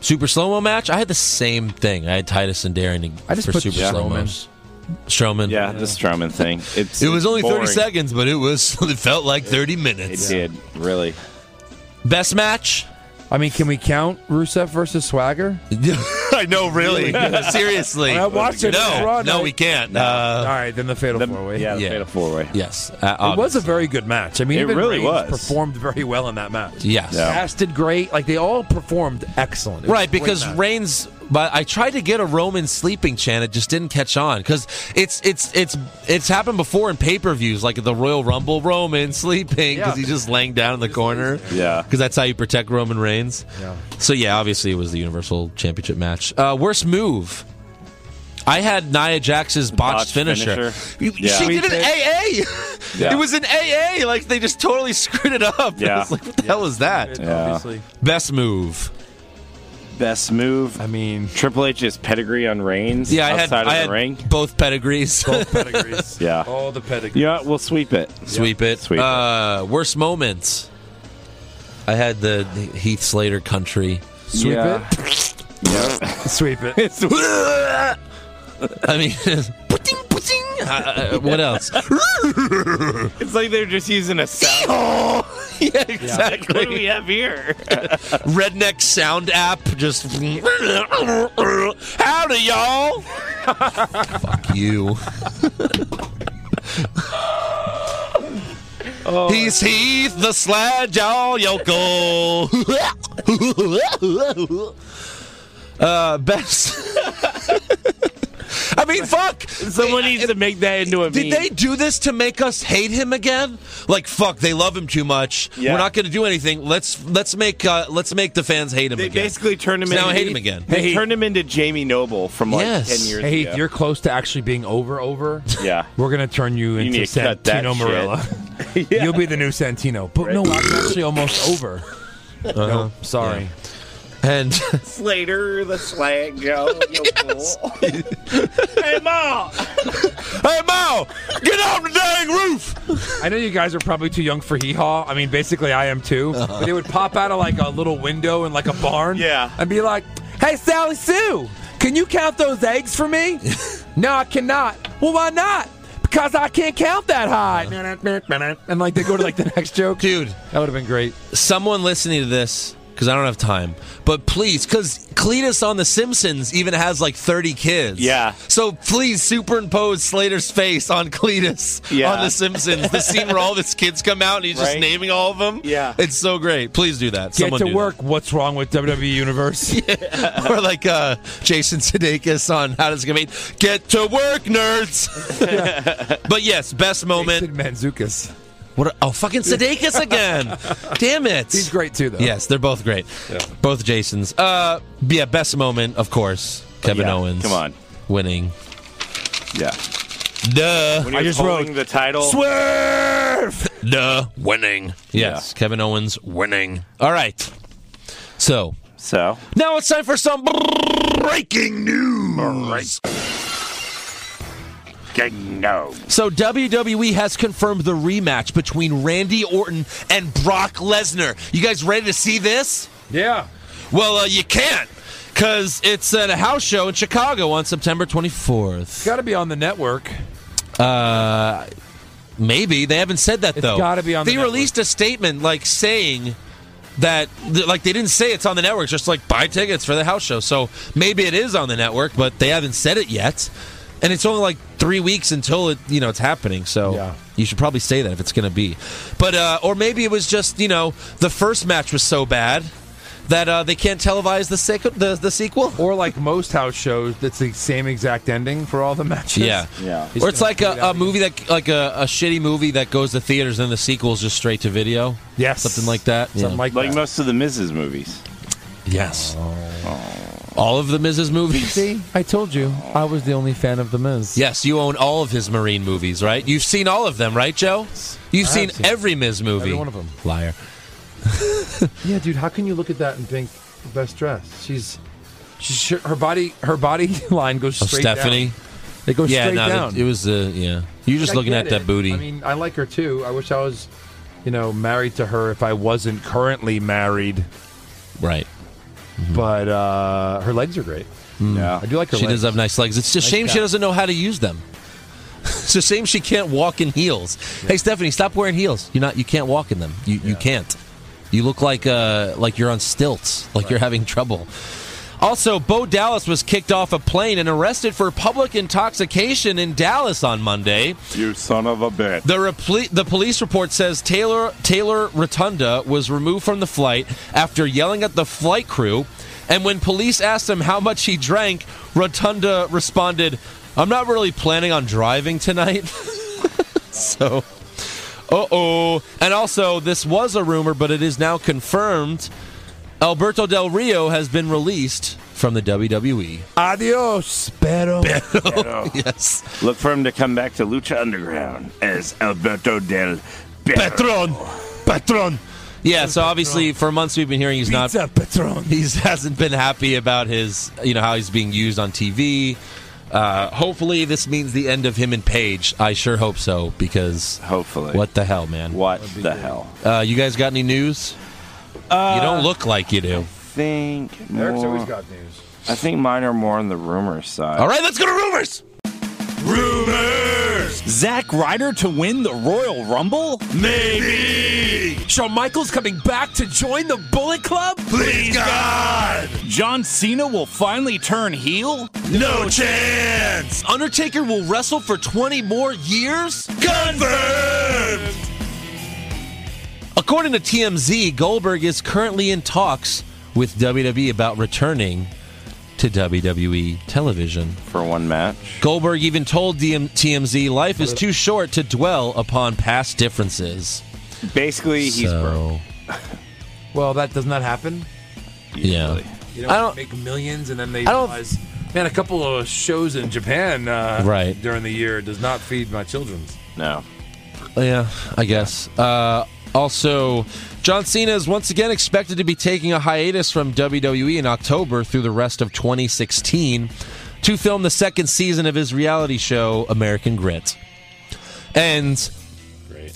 S4: Super slow mo match. I had the same thing. I had Titus and Darren
S5: I just
S4: for
S5: put
S4: super
S5: Strowman.
S4: slow mos. Strowman.
S6: Yeah, the Strowman thing. It's
S4: It was only
S6: boring.
S4: thirty seconds, but it was it felt like thirty
S6: It
S4: minutes.
S6: did really.
S4: Best match.
S5: I mean, can we count Rusev versus Swagger?
S4: I know, really. Seriously.
S5: I watched it on
S4: No,
S5: Raw
S4: no,
S5: night.
S4: we can't.
S5: All
S4: Uh,
S5: right, then the Fatal
S6: The-
S5: Four Way.
S6: yeah, the
S4: Yeah.
S6: fatal four way.
S4: yes. Uh,
S5: It was
S4: obviously.
S5: a very good match. I mean,
S6: It
S5: even
S6: really
S5: Reigns
S6: was.
S5: performed very well in that match.
S4: Yes.
S6: Yeah.
S5: Cass did great. Like they all performed excellent. It was
S4: Right,
S5: a great
S4: because
S5: match.
S4: Reigns. But I tried to get a Roman sleeping chant. It just didn't catch on because it's it's it's it's happened before in pay per views, like the Royal Rumble. Roman sleeping because
S5: Yeah.
S4: he's just laying down in the corner.
S6: Yeah.
S4: because that's how you protect Roman Reigns.
S5: Yeah.
S4: So yeah, obviously it was the Universal Championship match. Uh, worst move. I had Nia Jax's botched,
S6: Botched
S4: finisher.
S6: finisher. Yeah.
S4: She did an AA.
S6: Yeah.
S4: It was an AA. Like they just totally screwed it up.
S6: Yeah.
S4: I was like, what the hell is that?
S6: Yeah.
S5: obviously.
S4: Best move.
S6: Best move.
S5: I mean,
S6: Triple H's pedigree on Reigns.
S4: Yeah, I had,
S6: outside of
S4: I
S6: the
S4: had
S6: ring.
S4: both pedigrees.
S5: pedigrees.
S6: Yeah.
S5: all the pedigrees.
S6: Yeah, we'll sweep it.
S4: Sweep it.
S6: Sweep it.
S4: uh, Worst moments. I had the Heath Slater country.
S5: Sweep
S6: Yeah.
S5: it. Sweep it.
S4: I mean, puting, puting. Uh, what else?
S6: It's like they're just using a sound.
S4: yeah, exactly.
S6: what do we have here?
S4: redneck sound app just howdy y'all fuck you He's Heath the Sled Y'all Yokel. Uh, best. I mean, fuck.
S6: Someone needs to make that into a
S4: Did
S6: meme.
S4: they do this to make us hate him again? Like, fuck, they love him too much.
S6: Yeah.
S4: We're not going to do anything. Let's let's make uh, let's make the fans hate him
S6: They
S4: again.
S6: basically turned him
S4: So now
S6: into
S4: I hate him again.
S6: They turned him into Jamie Noble from like
S4: Yes.
S6: ten years
S5: Hey,
S6: ago.
S5: if you're close to actually being over, over,
S6: yeah.
S5: we're gonna turn you, into
S6: need to cut that
S5: Santino
S6: shit.
S5: Marilla. You'll be the new Santino. But no, I'm actually almost over.
S4: Uh-huh.
S5: No, sorry.
S4: And
S6: Slater the Slag Joe. You fool. hey, Ma.
S4: hey, Mo, get off the dang roof.
S5: I know you guys are probably too young for hee haw. I mean, basically, I am too.
S4: Uh-huh.
S5: But they would pop out of like a little window in like a barn.
S6: Yeah.
S5: And be like, hey, Sally Sue, can you count those eggs for me? no, I cannot. Well, why not? Because I can't count that high. and like they go to like the next joke.
S4: Dude,
S5: That would have been great.
S4: someone listening to this because I don't have time. But please, because Cletus on The Simpsons even has like 30 kids.
S6: Yeah.
S4: So please superimpose Slater's face on Cletus
S6: Yeah.
S4: on The Simpsons. The scene where all of his kids come out and he's just
S6: Right.
S4: naming all of them.
S6: Yeah.
S4: It's so great. Please do that.
S5: Get
S4: Someone do
S5: to
S4: that.
S5: work. What's wrong with WWE Universe?
S4: or like uh, Jason Sudeikis on How Does It Get Made? Get to work, nerds. but yes, best moment.
S5: Jason Manzukis.
S4: What? A, oh, fucking Sudeikis again! Damn it!
S5: He's great too, though.
S4: Yes, they're both great. Both Jasons. Uh, yeah, best moment, of course. Kevin
S6: Yeah,
S4: Owens.
S6: come on.
S4: winning.
S6: Yeah.
S4: Duh.
S6: When he I just wrote the title.
S4: Swerve. Duh. Winning. Yes, Kevin Owens winning. All right. So
S6: So
S4: now it's time for some breaking news.
S6: no.
S4: So WWE has confirmed the rematch between Randy Orton and Brock Lesnar. You guys ready to see this?
S5: Yeah.
S4: Well, uh, you can't because it's at a house show in Chicago on September 24th.
S5: Got to be on the network.
S4: Maybe they haven't said that though.
S5: gotta be on the
S4: They
S5: network.
S4: released a statement like saying that, th- like they didn't say it's on the network. Just like buy tickets for the house show. So maybe it is on the network, but they haven't said it yet. And it's only like three weeks until it, you know, it's happening. So
S5: Yeah.
S4: you should probably say that if it's going to be. But uh, or maybe it was just you know the first match was so bad that uh, they can't televise the sequ- the, the sequel.
S5: Or like most house shows, that's the same exact ending for all the matches.
S4: Yeah,
S6: Yeah.
S4: Or it's like a, a movie that, like a, a shitty movie that goes to theaters and the sequel's just straight to video.
S5: Yes.
S4: something like that.
S5: Something like,
S6: Like
S5: that.
S6: most of the Mrs. movies.
S4: yes, Oh. all of the Mrs. movies.
S5: See, I told you, I was the only fan of The Miz.
S4: Yes, you own all of his Marine movies, right? You've seen all of them, right, Joe? You've
S5: I have
S4: seen,
S5: seen
S4: every Ms. movie.
S5: Every one of them.
S4: Liar.
S5: Yeah, dude, how can you look at that and think best dress? She's, she's her body, her body line goes
S4: Oh,
S5: straight
S4: Stephanie.
S5: down. It goes
S4: Yeah,
S5: straight
S4: no,
S5: down.
S4: that- it was. Uh, yeah, you're just
S5: I
S4: looking
S5: get
S4: at that
S5: it.
S4: booty.
S5: I mean, I like her too. I wish I was, you know, married to her if I wasn't currently married.
S4: right.
S5: But uh, her legs are great.
S6: Yeah.
S5: I do like her.
S4: Mm. She
S5: legs.
S4: does have nice legs. It's a shame she
S5: guy.
S4: doesn't know how to use them. It's a shame she can't walk in heels. Hey, Stephanie, stop wearing heels. You're not. You can't walk in them. You you can't. You look like uh like you're on stilts. Like you're having trouble. Also, Bo Dallas was kicked off a plane and arrested for public intoxication in Dallas on Monday.
S6: You son of a bitch.
S4: The, repli- the police report says Taylor Taylor Rotunda was removed from the flight after yelling at the flight crew, and when police asked him how much he drank, Rotunda responded, "I'm not really planning on driving tonight." so, uh oh. And also, this was a rumor, but it is now confirmed. Alberto Del Rio has been released from the E. WWE.
S5: Adios, pero.
S4: Yes,
S6: Look for him to come back to Lucha Underground as Alberto del
S4: Patron. Yeah, so obviously for months we've been hearing he's not
S5: Pizza Patron.
S4: he's hasn't been happy about his you know how he's being used on TV. Uh, hopefully this means the end of him and Paige. I sure hope so because
S6: Hopefully.
S4: what the hell, man?
S6: What the hell?
S4: Uh, you guys got any news? you don't look like you do.
S6: Think.
S3: Eric's
S6: more-
S3: always got news.
S6: I think mine are more on the rumor side.
S4: All right, let's go to rumors.
S6: Zack Ryder to win the Royal Rumble?
S5: Shawn Michaels coming back to join the Bullet Club?
S13: Please, God!
S6: John Cena will finally turn heel?
S13: No chance!
S4: Undertaker will wrestle for 20 more years?
S13: Confirmed!
S4: According to TMZ, Goldberg is currently in talks with WWE about E returning to WWE television.
S6: For one match.
S4: Goldberg even told DM- TMZ, life is too short to dwell upon past differences.
S6: Basically, he's
S4: so,
S5: Well, that does not happen.
S4: Yeah.
S5: You know, make millions and then they realize, man, a couple of shows in Japan uh,
S4: Right.
S5: during the year does not feed my children's.
S6: No.
S4: Yeah, I guess. Uh, also, John Cena is once again expected to be taking a hiatus from WWE in October through the rest of 2016 to film the second season of his reality show, American Grit. And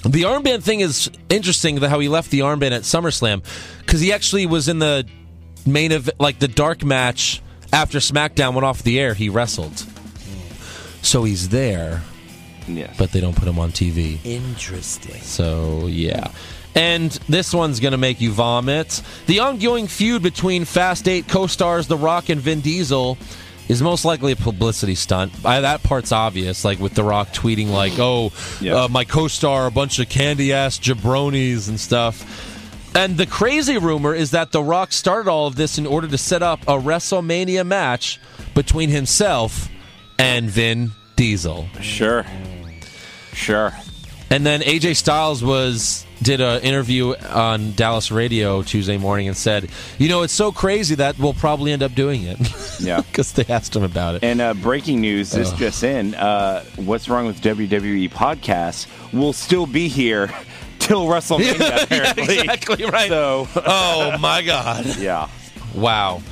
S4: the armband thing is interesting, the- how he left the armband at SummerSlam, because he actually was in the main event, like the dark match after SmackDown went off the air, he wrestled. So he's there,
S6: Yes.
S4: but they don't put him on TV.
S5: Interesting.
S4: So, yeah. And this one's going to make you vomit. The ongoing feud between Fast 8 co stars The Rock and Vin Diesel is most likely a publicity stunt. I, that part's obvious, like with The Rock tweeting, like, oh, uh, my co star, a bunch of candy ass jabronis and stuff. And the crazy rumor is that The Rock started all of this in order to set up a WrestleMania match between himself and Vin Diesel.
S6: Sure. Sure.
S4: And then AJ Styles was did an interview on Dallas radio Tuesday morning and said, "You know, it's so crazy that we'll probably end up doing it."
S6: Yeah.
S4: because they asked him about it.
S6: And uh, breaking news, this
S4: Ugh.
S6: just in, uh, what's wrong with WWE podcasts will still be here till WrestleMania, apparently.
S4: exactly right.
S6: So,
S4: oh my god!
S6: yeah.
S4: Wow.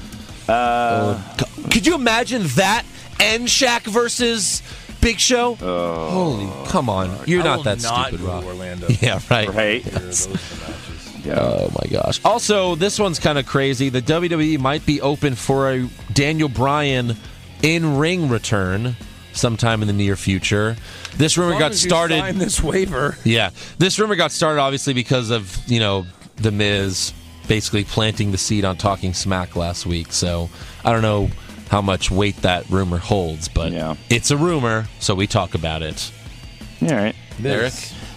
S6: Uh,
S4: C- Could you imagine that and Shaq versus Big Show?
S6: Oh.
S4: Holy, come on! You're
S11: I
S4: not
S11: will
S4: that
S11: not
S4: stupid,
S11: go to
S4: Rock.
S11: Orlando.
S4: Yeah, right.
S6: right?
S4: Oh my gosh. Also, this one's kind of crazy. The WWE might be open for a Daniel Bryan in ring return sometime in the near future. This rumor got started.
S5: Sign this waiver.
S4: Yeah. This rumor got started obviously because of, you know, The Miz basically planting the seed on talking smack last week. So I don't know how much weight that rumor holds, but
S6: Yeah.
S4: it's a rumor, so we talk about it.
S6: All right.
S4: Eric?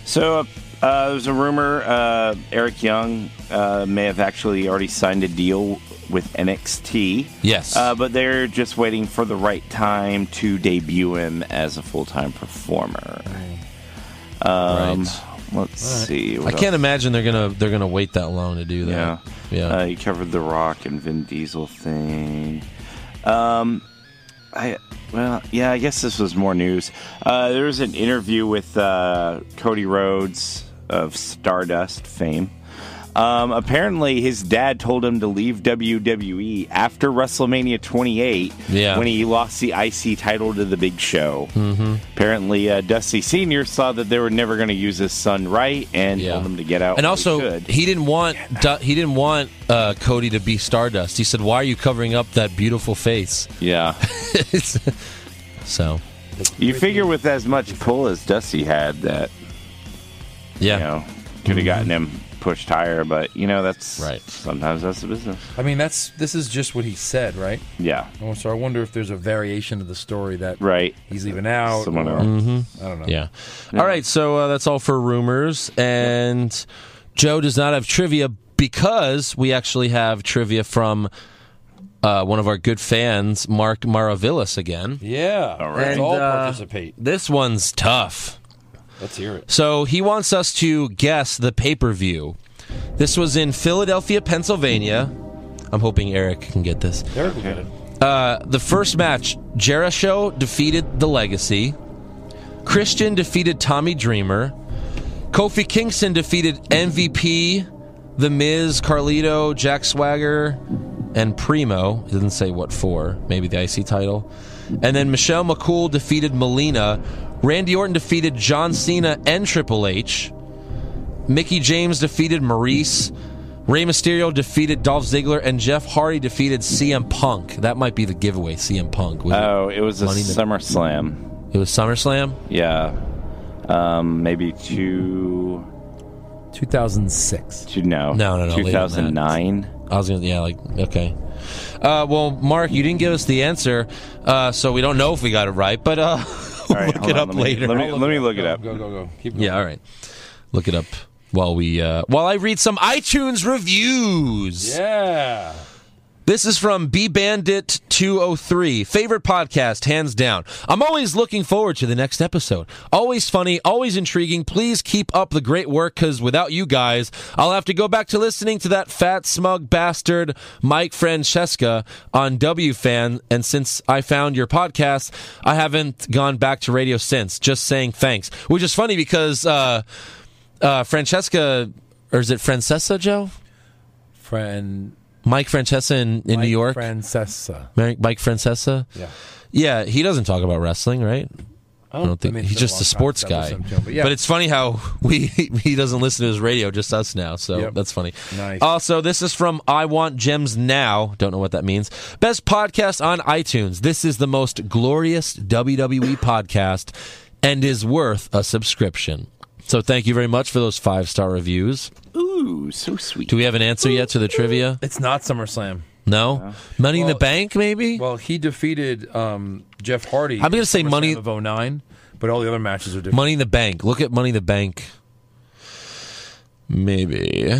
S6: So uh, there's a rumor uh, Eric Young uh, may have actually already signed a deal with NXT.
S4: Yes.
S6: Uh, but they're just waiting for the right time to debut him as a full time performer. Um,
S4: Right.
S6: Let's see.
S4: I
S6: what
S4: can't
S6: else?
S4: imagine they're gonna they're gonna wait that long to do
S6: Yeah.
S4: that. Yeah.
S6: Uh, you covered the Rock and Vin Diesel thing. Um, I well, yeah, I guess this was more news. Uh, there was an interview with uh, Cody Rhodes of Stardust fame. Um, apparently, his dad told him to leave WWE after WrestleMania 28
S4: Yeah. Mm-hmm.
S6: when he lost the IC title to the Big Show. Apparently, uh, Dusty Senior saw that they were never going to use his son right and
S4: Yeah.
S6: told him to get out.
S4: and
S6: when he
S4: also
S6: could.
S4: he didn't want Du- he didn't want uh, Cody to be Stardust. He said, "Why are you covering up that beautiful face?"
S6: yeah.
S4: so
S6: You figure with as much pull as Dusty had, that
S4: yeah, Mm-hmm.
S6: you know could have gotten him pushed higher, but you know that's
S4: Right.
S6: Sometimes that's the business.
S5: I mean, that's this is just what he said, right?
S6: Yeah,
S5: Oh, so I wonder if there's a variation of the story that
S6: right.
S5: he's leaving out.
S6: Someone
S5: or-
S6: else.
S4: Mm-hmm.
S5: I don't know.
S4: yeah. All right, so uh, that's all for rumors. And Joe does not have trivia because we actually have trivia from uh, one of our good fans, Mark Maravillas again.
S11: Yeah. All
S6: right.
S11: Let's all
S4: And, uh,
S11: participate.
S4: This one's tough.
S11: Let's hear it.
S4: So he wants us to guess the pay per view. This was in Philadelphia, Pennsylvania. I'm hoping Eric can get this.
S11: Eric will get it.
S4: Uh, the first match Jericho defeated The Legacy, Christian defeated Tommy Dreamer, Kofi Kingston defeated MVP, The Miz, Carlito, Jack Swagger, and Primo. It doesn't say what for, maybe the IC title. And then Michelle McCool defeated Melina, Randy Orton defeated John Cena and Triple H, Mickey James defeated Maurice. Rey Mysterio defeated Dolph Ziggler, and Jeff Hardy defeated CM Punk. That might be the giveaway. CM Punk. Was
S6: Oh, it was a
S4: Money in the-
S6: SummerSlam.
S4: it? it was SummerSlam.
S6: Yeah, um, maybe two,
S5: 2006.
S6: two no,
S4: No, no, no, later than that.
S6: two thousand nine.
S4: I was gonna, yeah, like okay. Uh, well, Mark, you didn't give us the answer, uh, so we don't know if we got it right. But uh, we'll look it up
S6: let me,
S4: later.
S6: Let me, let me look it up.
S11: Go, go, go. Keep going.
S4: yeah, all right. Look it up while we uh, while I read some iTunes reviews.
S11: Yeah.
S4: This is from B Bandit 203. Favorite podcast, hands down. I'm always looking forward to the next episode. Always funny, always intriguing. Please keep up the great work because without you guys, I'll have to go back to listening to that fat, smug bastard, Mike Francesca, on WFAN. And since I found your podcast, I haven't gone back to radio since. Just saying thanks. Which is funny because uh, uh, Francesca, or is it Francesca, Joe?
S5: Friend
S4: Mike Francesa in, in New York.
S5: Francesa.
S4: Mike, Mike Francesa.
S5: Yeah.
S4: Yeah, he doesn't talk about wrestling, right? I don't, think
S5: Oh, mean, it's
S4: he's
S5: been a
S4: just
S5: long
S4: a sports
S5: time since I
S4: guy.
S5: listened to him, but yeah.
S4: it's funny how we he doesn't listen to his radio, just us now. So
S5: Yep.
S4: that's funny.
S5: Nice.
S4: Also, this is from I Want Gems Now. Don't know what that means. Best podcast on iTunes. This is the most glorious WWE podcast and is worth a subscription. So thank you very much for those five star reviews.
S5: Ooh, so sweet.
S4: Do we have an answer yet to the trivia?
S11: It's not SummerSlam.
S4: No? Money in the
S11: Well-
S4: Bank, maybe?
S11: Well, he defeated um, Jeff Hardy.
S4: I'm gonna
S11: at
S4: say Money-
S11: SummerSlam of 09, but all the other matches are different.
S4: Money in the Bank. Look at Money in the Bank. Maybe.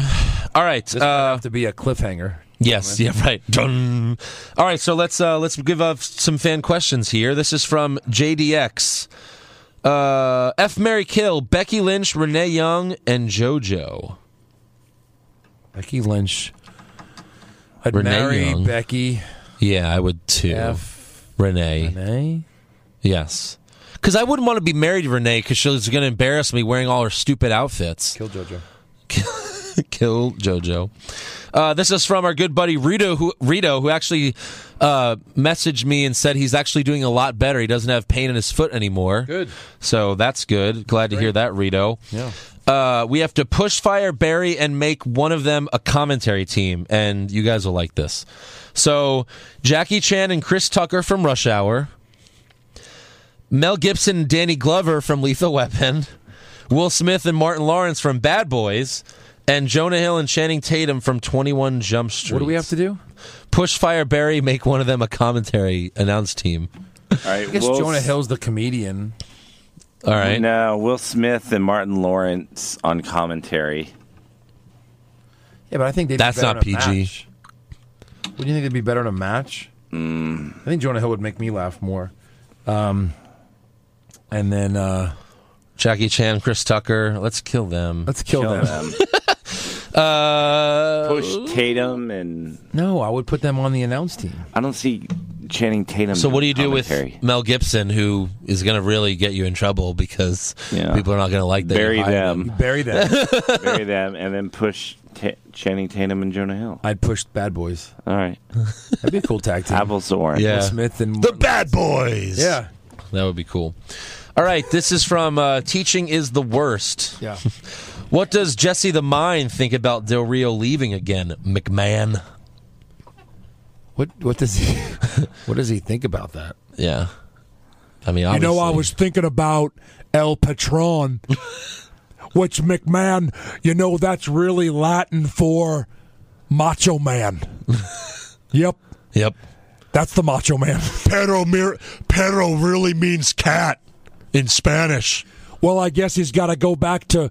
S4: All right. uh,
S11: This might have to be a cliffhanger.
S4: Yes. Yeah. Right. Dun. All right. So let's uh, let's give up some fan questions here. This is from JDX. Uh, F. Mary Kill, Becky Lynch, Renee Young, and JoJo.
S11: Becky Lynch. I'd
S4: Renee
S11: marry
S4: Young.
S11: Becky.
S4: Yeah, I would too.
S11: F.
S4: Renee.
S11: Renee.
S4: Yes. Because I wouldn't want to be married to Renee because she's going to embarrass me wearing all her stupid outfits.
S11: Kill JoJo.
S4: kill JoJo. Uh, this is from our good buddy Rito, who Rito, who actually uh, messaged me and said he's actually doing a lot better. He doesn't have pain in his foot anymore.
S11: Good.
S4: So that's good. Glad to hear that, Rito.
S11: Yeah.
S4: Uh, we have to push fire Barry and make one of them a commentary team, and you guys will like this. So Jackie Chan and Chris Tucker from Rush Hour. Mel Gibson and Danny Glover from Lethal Weapon, Will Smith and Martin Lawrence from Bad Boys, and Jonah Hill and Channing Tatum from 21 Jump Street.
S11: What do we have to do?
S4: Push Fire Barry, make one of them a commentary announce team.
S6: All right,
S11: I guess
S6: Will
S11: Jonah
S6: S-
S11: Hill's the comedian.
S4: All right.
S6: No, Will Smith and Martin Lawrence on commentary.
S11: Yeah, but I think they'd
S4: That's
S11: be better
S4: not
S11: in a
S4: PG.
S11: Match. Would you think they'd be better in a match? I think Jonah Hill would make me laugh more. Um, and then uh,
S4: Jackie Chan, Chris Tucker, let's kill them.
S11: let's kill,
S6: Kill
S11: them.
S6: them.
S4: Uh,
S6: Push Tatum and
S11: No, I would put them on the announce team.
S6: I don't see Channing Tatum.
S4: so, what do you do
S6: commentary.
S4: with Mel Gibson, who is going to really get you in trouble because
S6: Yeah.
S4: people are not going to like that? you
S6: bury
S4: hired him.
S6: them,
S11: Bury them.
S6: bury them, and then push Ta Channing Tatum and Jonah Hill?
S11: I'd push Bad Boys.
S6: All right,
S11: That'd be a cool tag team.
S6: apples to oranges.
S4: Yeah.
S11: Will Smith and
S4: The Bad Boys.
S11: yeah,
S4: That would be cool. All right, this is from uh, Teaching is the Worst.
S11: yeah.
S4: What does Jesse the Mind think about Del Rio leaving again, McMahon?
S11: What what does he what does he think about that?
S4: Yeah. I mean, obviously.
S14: You know, I was thinking about El Patron, which McMahon, you know, that's really Latin for Macho Man. yep,
S4: Yep.
S14: that's the Macho Man.
S13: Perro, mir- perro really means cat in Spanish.
S14: Well, I guess he's got to go back to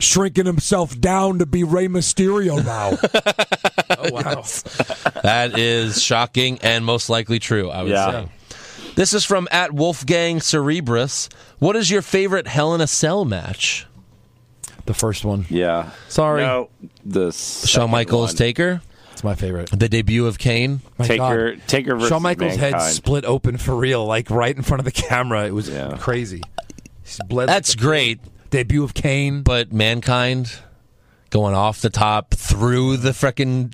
S14: shrinking himself down to be Rey Mysterio now.
S11: Oh wow.
S4: That is shocking and most likely true, I would
S6: Yeah.
S4: say. This is from at Wolfgang Cerebrus. What is your favorite Hell in a Cell match?
S11: The first one.
S6: Yeah.
S4: Sorry.
S6: No, the
S4: Shawn Michaels, Taker?
S11: It's my favorite.
S4: The debut of Kane?
S11: My
S6: Taker,
S11: God.
S6: Taker versus
S11: Shawn Michaels'
S6: Mankind.
S11: head split open for real, like right in front of the camera. It was
S6: Yeah.
S11: crazy. He's bled like
S4: That's
S11: the
S4: great,
S11: debut of Kane.
S4: but Mankind going off the top through the freaking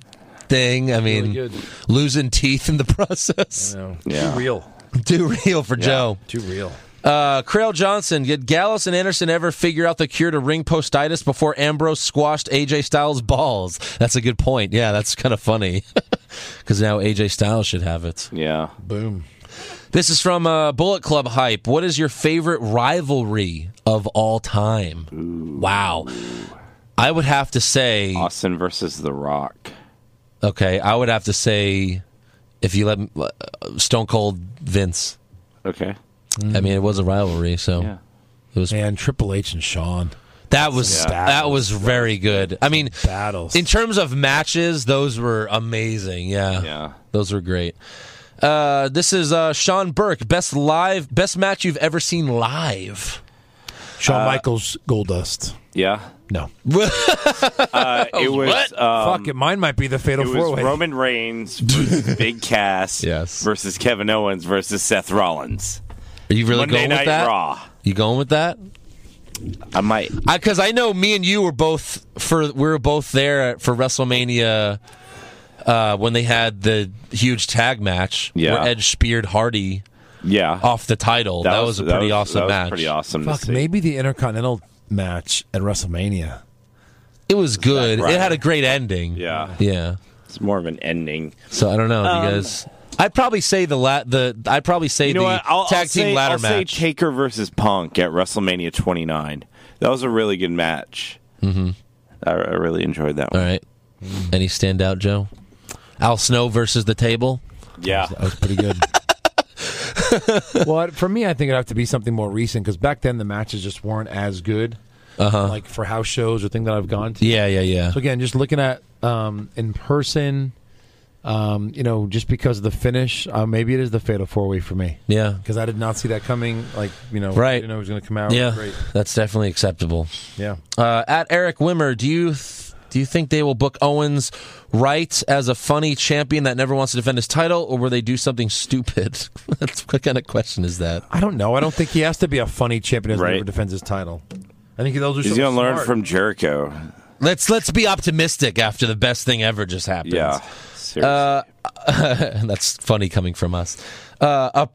S4: thing. I mean,
S11: good.
S4: losing teeth in the process.
S11: No,
S6: Yeah.
S11: Too real.
S4: Too real for Joe.
S11: Too real.
S4: Uh, Crail Johnson, did Gallus and Anderson ever figure out the cure to ring postitis before Ambrose squashed AJ Styles' balls? That's a good point. Yeah, that's kind of funny. Because now AJ Styles should have it.
S6: Yeah.
S11: Boom.
S4: This is from uh, Bullet Club Hype. What is your favorite rivalry of all time? Wow. I would have to say,
S6: Austin versus The Rock.
S4: okay, I would have to say, if you let uh, Stone Cold Vince.
S6: Okay.
S4: I mean, it was a rivalry, so.
S6: Yeah.
S11: Man, Triple H and Shawn.
S4: That was
S11: Yeah.
S4: that was very good. I mean,
S11: Battles.
S4: in terms of matches, those were amazing. Yeah,
S6: Yeah.
S4: those were great. Uh, this is uh, Sean Burke, best live, best match you've ever seen live.
S15: Shawn
S6: Uh,
S15: Michaels, Goldust.
S6: Yeah.
S15: No.
S6: Uh,
S4: Oh,
S6: it was um,
S5: Fuck it, mine might be the fatal
S6: It was
S5: four way.
S6: Roman Reigns versus Big Cass versus Kevin Owens versus Seth Rollins.
S4: Are you really
S6: Monday
S4: going
S6: Night
S4: with that?
S6: Raw.
S4: You going with that?
S6: I might,
S4: because I, know me and you were both for we were both there at- for WrestleMania uh, when they had the huge tag match
S6: Yeah.
S4: where Edge speared Hardy.
S6: Yeah,
S4: off the title. Oh, That, was, a pretty awesome
S6: that was
S4: match.
S6: Pretty awesome. to
S5: Fuck,
S6: see.
S5: maybe the Intercontinental match at WrestleMania.
S4: It was good.
S6: right?
S4: It had a great ending.
S6: Yeah,
S4: Yeah.
S6: it's more of an ending.
S4: So I don't know.
S6: Um,
S4: you guys, I'd probably say the la- the I'd probably say
S6: You know
S4: the
S6: what? I'll,
S4: tag
S6: I'll
S4: team
S6: say,
S4: ladder
S6: I'll
S4: match.
S6: say Taker versus Punk at WrestleMania 29. That was a really good match.
S4: mm-hmm.
S6: I, I really enjoyed that
S4: All
S6: one.
S4: right. Any standout, Joe? Al Snow versus the table.
S6: Yeah,
S5: That was pretty good. well, for me, I think it'd have to be something more recent because back then the matches just weren't as good.
S4: Uh-huh.
S5: Like for house shows or things that I've gone to.
S4: Yeah, yeah, yeah.
S5: So again, just looking at um, in person, um, you know, just because of the finish, uh, maybe it is the fatal four way for me.
S4: Yeah.
S5: because I did not see that coming. Like you know,
S4: Right.
S5: didn't know it was going to come out.
S4: yeah,
S5: great.
S4: that's definitely acceptable.
S5: Yeah.
S4: Uh, at Eric Wimmer, do you th- do you think they will book Owens right as a funny champion that never wants to defend his title, or will they do something stupid? that's what kind of question is that?
S5: I don't know. I don't think he has to be a funny champion who
S6: Right.
S5: never defends his title. I think they'll do
S6: He's
S5: something
S6: gonna learn
S5: smart.
S6: from Jericho.
S4: Let's let's be optimistic after the best thing ever just happened.
S6: Yeah,
S4: Uh, that's funny coming from us. Uh, a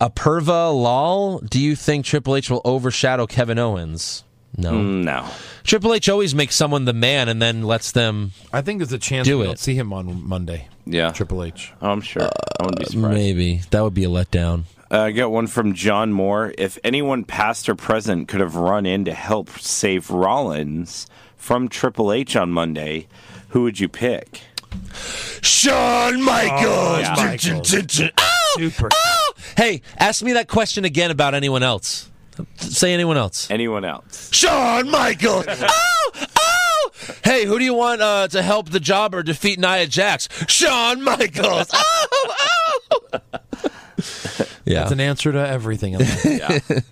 S4: a perva lol. Do you think Triple H will overshadow Kevin Owens? No,
S6: Mm, no.
S4: Triple H always makes someone the man and then lets them.
S5: I think there's a chance
S4: Do
S5: we
S4: it.
S5: don't see him on Monday.
S6: Yeah,
S5: Triple H.
S6: I'm
S4: Uh,
S6: sure. I wouldn't be surprised.
S4: Maybe that would be a letdown.
S6: Uh, I got one from John Moore. If anyone, past or present, could have run in to help save Rollins from Triple H on Monday, who would you pick?
S4: Shawn Michaels.
S5: Uh, Super.
S4: Hey, ask me that question again about anyone else. Say anyone else.
S6: Anyone else?
S4: Shawn Michaels. oh, oh. Hey, who do you want uh, to help the jobber defeat Nia Jax? Shawn Michaels. oh, oh. yeah.
S5: That's an answer to everything. in life. What's the